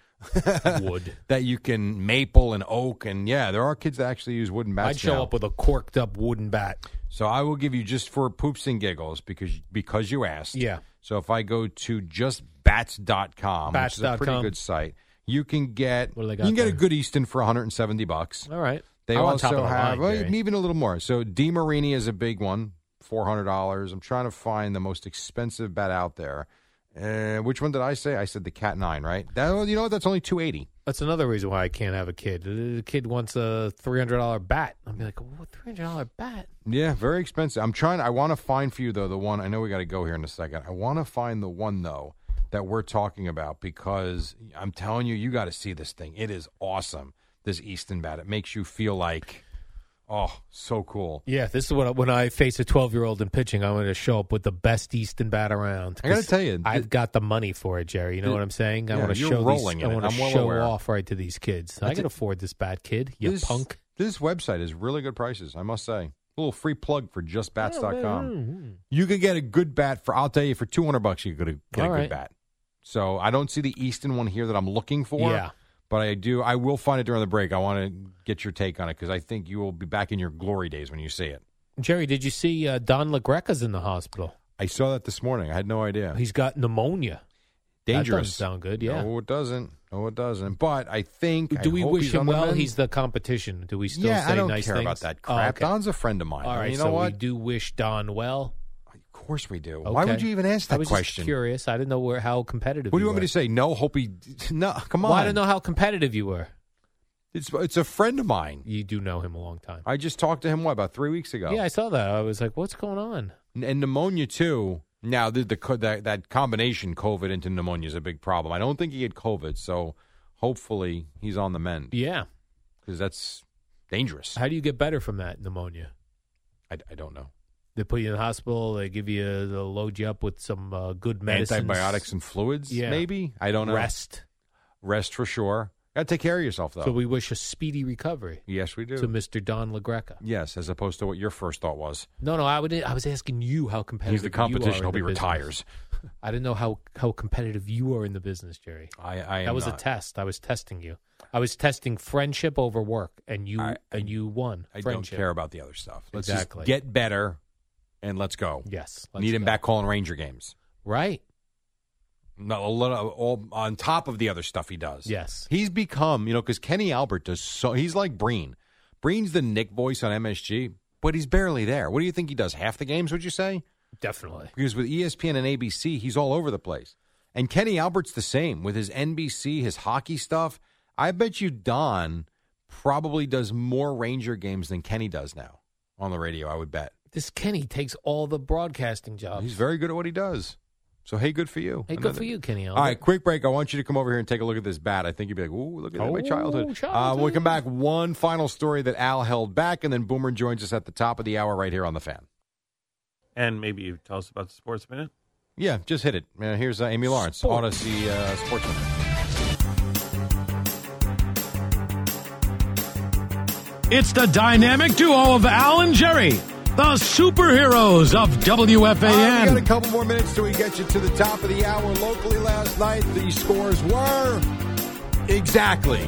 Speaker 2: wood.
Speaker 1: that you can maple and oak and yeah, there are kids that actually use wooden bats.
Speaker 2: I'd show
Speaker 1: now.
Speaker 2: up with a corked up wooden bat.
Speaker 1: So I will give you just for poops and giggles because because you asked.
Speaker 2: Yeah.
Speaker 1: So if I go to justbats.com, which is a pretty
Speaker 2: Bats.com.
Speaker 1: good site, you can get
Speaker 2: What do they got
Speaker 1: you can get
Speaker 2: there?
Speaker 1: a good Easton for 170 bucks.
Speaker 2: All right.
Speaker 1: They
Speaker 2: I'm on top of
Speaker 1: also
Speaker 2: the
Speaker 1: have
Speaker 2: line,
Speaker 1: well,
Speaker 2: Jerry.
Speaker 1: even a little more. So D Marini is a big one, four hundred dollars. I'm trying to find the most expensive bat out there. Uh, which one did I say? I said the Cat Nine, right? That you know what? That's only two eighty.
Speaker 2: That's another reason why I can't have a kid. The kid wants a three hundred dollar bat. I'm like, what three hundred dollar bat?
Speaker 1: Yeah, very expensive. I'm trying. I want to find for you though the one. I know we got to go here in a second. I want to find the one though that we're talking about because I'm telling you, you got to see this thing. It is awesome. This Easton bat. It makes you feel like, oh, so cool.
Speaker 2: Yeah, this is what I, when I face a twelve year old in pitching, I'm going to show up with the best Easton bat around.
Speaker 1: I gotta
Speaker 2: 'Cause
Speaker 1: tell you,
Speaker 2: I've
Speaker 1: th-
Speaker 2: got the money for it, Jerry. You know
Speaker 1: Th-
Speaker 2: what I'm saying? I
Speaker 1: yeah,
Speaker 2: want to
Speaker 1: you're
Speaker 2: show
Speaker 1: rolling
Speaker 2: these,
Speaker 1: in
Speaker 2: I
Speaker 1: it.
Speaker 2: want to
Speaker 1: I'm well
Speaker 2: show
Speaker 1: aware.
Speaker 2: off right to these kids. I,
Speaker 1: That's
Speaker 2: can
Speaker 1: it.
Speaker 2: afford this bat, kid. You
Speaker 1: this,
Speaker 2: punk.
Speaker 1: This website is really good prices, I must say. A little free plug for justbats.com.
Speaker 2: Mm.
Speaker 1: You could get a good bat for I'll tell you for two hundred bucks you could get a
Speaker 2: All
Speaker 1: good
Speaker 2: right.
Speaker 1: bat. So I don't see the Easton one here that I'm looking for.
Speaker 2: Yeah.
Speaker 1: But I do I will find it during the break. I want to get your take on it because I think you will be back in your glory days when you see it.
Speaker 2: Jerry, did you see uh, Don LaGreca's in the hospital?
Speaker 1: I saw that this morning. I had no idea.
Speaker 2: He's got pneumonia. doesn't
Speaker 1: Dangerous.
Speaker 2: sound good, yeah.
Speaker 1: No, it doesn't. No, it doesn't. But I think
Speaker 2: Do
Speaker 1: I
Speaker 2: we
Speaker 1: hope
Speaker 2: wish
Speaker 1: he's
Speaker 2: him
Speaker 1: on the
Speaker 2: well?
Speaker 1: mend.
Speaker 2: He's the competition. Do we still
Speaker 1: yeah,
Speaker 2: say
Speaker 1: I don't
Speaker 2: nice
Speaker 1: care
Speaker 2: things?
Speaker 1: about that
Speaker 2: Oh,
Speaker 1: crap.
Speaker 2: okay.
Speaker 1: Don's a friend of mine.
Speaker 2: All
Speaker 1: I mean,
Speaker 2: right,
Speaker 1: you know
Speaker 2: so
Speaker 1: what?
Speaker 2: we do wish Don well.
Speaker 1: Of course we do. Why would
Speaker 2: Okay.
Speaker 1: you even ask
Speaker 2: I
Speaker 1: that
Speaker 2: was
Speaker 1: question?
Speaker 2: Just curious. I didn't know where how competitive.
Speaker 1: What do you
Speaker 2: you
Speaker 1: want
Speaker 2: were.
Speaker 1: me to say? No, hope he. No, come on.
Speaker 2: Well, I don't know how competitive you were.
Speaker 1: It's it's a friend of mine.
Speaker 2: You do know him a long time.
Speaker 1: I just talked to him what about three weeks ago.
Speaker 2: Yeah, I saw that. I was like, "What's going on?"
Speaker 1: and, and pneumonia too. Now the, the co- that that combination COVID into pneumonia is a big problem. I don't think he had COVID, so hopefully he's on the mend
Speaker 2: Yeah.
Speaker 1: because that's dangerous. I,
Speaker 2: How do you get better from that pneumonia?
Speaker 1: I don't know.
Speaker 2: They put you in the hospital. They give you, they load you up with some uh, good medicine,
Speaker 1: Antibiotics and fluids,
Speaker 2: Yeah.
Speaker 1: maybe. I don't know.
Speaker 2: rest.
Speaker 1: Rest for sure. Got to take care of yourself though.
Speaker 2: So we wish a speedy recovery
Speaker 1: yes, we do.
Speaker 2: to Mr. Don LaGreca.
Speaker 1: yes, as opposed to what your first thought was.
Speaker 2: No, no, I would. I was asking you how competitive
Speaker 1: He's the
Speaker 2: You are
Speaker 1: competition.
Speaker 2: in
Speaker 1: Hope
Speaker 2: the
Speaker 1: he
Speaker 2: business.
Speaker 1: retires.
Speaker 2: I didn't know how how competitive you are in the business, Jerry.
Speaker 1: I, I am
Speaker 2: that was a
Speaker 1: not.
Speaker 2: test. I was testing you. I was testing friendship over work, and you
Speaker 1: I- I-
Speaker 2: and you won.
Speaker 1: I don't
Speaker 2: friendship.
Speaker 1: care about the other stuff. Let's
Speaker 2: Exactly.
Speaker 1: just get better and let's go.
Speaker 2: Yes, let's
Speaker 1: Need him
Speaker 2: go.
Speaker 1: back calling Ranger games.
Speaker 2: Right.
Speaker 1: No, a lot of, all on top of the other stuff he does.
Speaker 2: Yes.
Speaker 1: he's become you know because Kenny Albert does so. He's like Breen. Breen's the Nick voice on MSG, but he's barely there. What do you think he does? Half the games? Would you say?
Speaker 2: Definitely.
Speaker 1: Because with E ESPN and ABC, he's all over the place. And Kenny Albert's the same with his NBC, his hockey stuff. I bet you Don probably does more Ranger games than Kenny does now on the radio, I would bet.
Speaker 2: This Kenny takes all the broadcasting jobs.
Speaker 1: He's very good at what he does. So, hey, good for you.
Speaker 2: Hey, good for you, Kenny
Speaker 1: All
Speaker 2: Albert.
Speaker 1: right, quick break. I want you to come over here and take a look at this bat. I think you'd be like, ooh, look at that, my
Speaker 2: Oh,
Speaker 1: childhood. Uh,
Speaker 2: childhood.
Speaker 1: when we come back, one final story that Al held back, and then Boomer joins us at the top of the hour right here on The Fan.
Speaker 8: And maybe you tell us about the sports minute.
Speaker 1: Yeah, just hit it. Uh, here's uh, Amy Lawrence,
Speaker 8: Sport.
Speaker 1: Odyssey uh, Sportsman.
Speaker 5: It's the dynamic duo of Al and Jerry, the superheroes of
Speaker 1: Uh, we got a
Speaker 5: WFAN.
Speaker 1: couple more minutes till we get you to the top of the hour. Locally last night, the scores were exactly.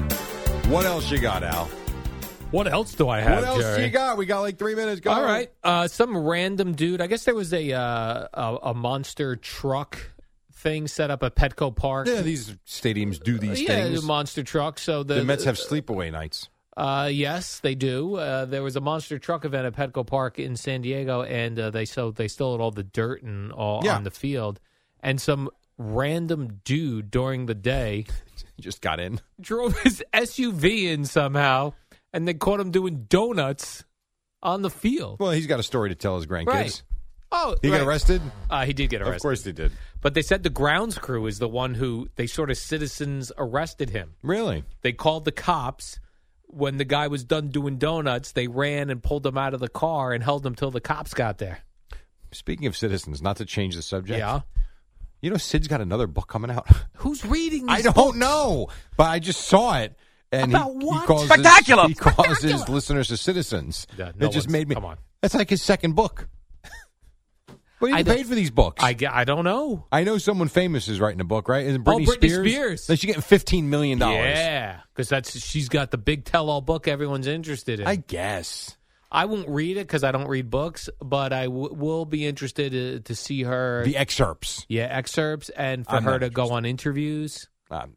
Speaker 1: What else you got, Al?
Speaker 2: What else do I have,
Speaker 1: what else
Speaker 2: Jerry?
Speaker 1: you got? We got like three minutes. Go.
Speaker 2: All right. Uh, some random dude. I guess there was a, uh, a a monster truck thing set up at Petco Park.
Speaker 1: Yeah, these stadiums do these
Speaker 2: yeah,
Speaker 1: things.
Speaker 2: the monster truck. So the,
Speaker 1: the Mets have sleepaway nights.
Speaker 2: Uh, yes, they do. Uh, there was a monster truck event at Petco Park in San Diego, and uh, they so they stole all the dirt and all
Speaker 1: Yeah.
Speaker 2: on the field, and some random dude during the day
Speaker 1: Just got in.
Speaker 2: drove his SUV in somehow, and they caught him doing donuts on the field.
Speaker 1: Well, he's got a story to tell his grandkids.
Speaker 2: Right. Oh,
Speaker 1: He
Speaker 2: right.
Speaker 1: got arrested.
Speaker 2: Uh, he did get arrested.
Speaker 1: Of course, he did.
Speaker 2: But they said the grounds crew is the one who they sort of citizens arrested him.
Speaker 1: Really?
Speaker 2: They called the cops. When the guy was done doing donuts, they ran and pulled him out of the car and held him till the cops got there.
Speaker 1: Speaking of citizens, not to change the subject.
Speaker 2: Yeah.
Speaker 1: You know, Sid's got another book coming out.
Speaker 2: Who's reading
Speaker 1: I
Speaker 2: these
Speaker 1: don't
Speaker 2: books?
Speaker 1: know, but I just saw it. And
Speaker 2: About
Speaker 1: he,
Speaker 2: what?
Speaker 1: He calls
Speaker 2: Spectacular!
Speaker 1: His, he calls his listeners to citizens.
Speaker 2: Yeah, no
Speaker 1: it just
Speaker 2: one's-
Speaker 1: made me.
Speaker 2: come on.
Speaker 1: That's like his second book. what do you
Speaker 2: I
Speaker 1: get
Speaker 2: don't-
Speaker 1: paid for these books?
Speaker 2: I, ge- I don't know.
Speaker 1: I know someone famous is writing a book, right? Is it Britney,
Speaker 2: oh, Britney
Speaker 1: Spears?
Speaker 2: Spears.
Speaker 1: Like she's getting fifteen million dollars.
Speaker 2: Yeah, because that's she's got the big tell-all book everyone's interested in.
Speaker 1: I
Speaker 2: I,
Speaker 1: guess.
Speaker 2: won't read it because I don't read books, but I w- will be interested to, to see her.
Speaker 1: The excerpts.
Speaker 2: yeah, excerpts and for
Speaker 1: I'm
Speaker 2: her
Speaker 1: not
Speaker 2: to go on interviews.
Speaker 1: Um,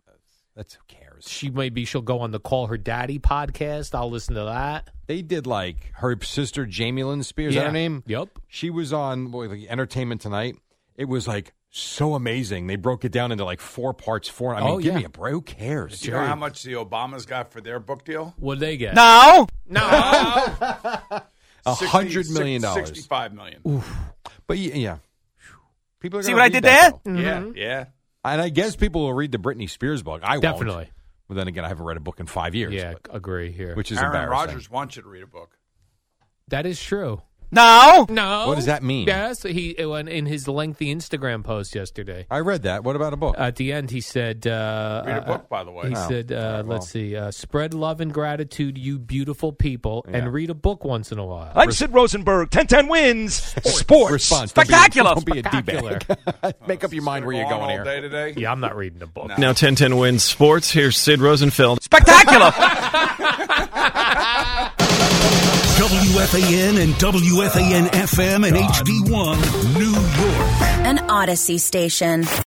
Speaker 1: that's who cares.
Speaker 2: She maybe she'll go on the Call Her Daddy podcast. I'll listen to that.
Speaker 1: They did like her sister Jamie Lynn Spears. Is
Speaker 2: Yeah.
Speaker 1: that her name?
Speaker 2: Yep.
Speaker 1: She was on what, like, Entertainment Tonight. It was like so amazing. They broke it down into like four parts. Four. I mean,
Speaker 2: Oh,
Speaker 1: give
Speaker 2: yeah.
Speaker 1: me a break. Who cares?
Speaker 9: Do you know how much the Obamas got for their book deal?
Speaker 2: What they get?
Speaker 9: No,
Speaker 2: no.
Speaker 1: A
Speaker 9: Sixty-
Speaker 1: hundred million
Speaker 9: six-
Speaker 1: dollars.
Speaker 9: Sixty-five million.
Speaker 1: But yeah, yeah. people are
Speaker 9: See
Speaker 1: gonna
Speaker 9: what I
Speaker 1: read
Speaker 9: did
Speaker 1: that,
Speaker 9: there?
Speaker 1: though.
Speaker 9: Yeah, yeah.
Speaker 1: And I guess people will read the Britney Spears book. I won't.
Speaker 2: Definitely.
Speaker 1: But then again, I haven't read a book in five years.
Speaker 2: Yeah,
Speaker 1: but-
Speaker 2: agree here.
Speaker 1: which is
Speaker 9: Aaron
Speaker 1: embarrassing.
Speaker 9: Rodgers wants you to read a book.
Speaker 2: that is true.
Speaker 9: No,
Speaker 2: No.
Speaker 1: What does that mean?
Speaker 2: Yes, he when- in his lengthy Instagram post yesterday.
Speaker 1: I read that. What about a
Speaker 9: Uh,
Speaker 1: book?
Speaker 2: At the end, he said, uh,
Speaker 9: read a
Speaker 2: uh,
Speaker 9: book. By the way,
Speaker 2: He
Speaker 1: Oh,
Speaker 2: said,
Speaker 1: all
Speaker 2: uh,
Speaker 1: right, well.
Speaker 2: let's see, uh, spread love and gratitude, you beautiful people,
Speaker 1: Yeah.
Speaker 2: and read a book once in a while.
Speaker 10: I'm Sid Rosenberg. 1010 wins. Sports.
Speaker 1: Response. Don't be a-
Speaker 10: Spectacular.
Speaker 1: Don't be a
Speaker 2: Spectacular.
Speaker 1: d-bag. Make up your mind where you're
Speaker 9: on
Speaker 1: going
Speaker 9: all
Speaker 1: here.
Speaker 9: day today.
Speaker 2: yeah, I'm not reading a book.
Speaker 10: Now 1010 wins. Sports. Here's Sid Rosenfeld. Spectacular.
Speaker 4: WFAN and WFAN FM and HD1, New York.
Speaker 11: An Odyssey station.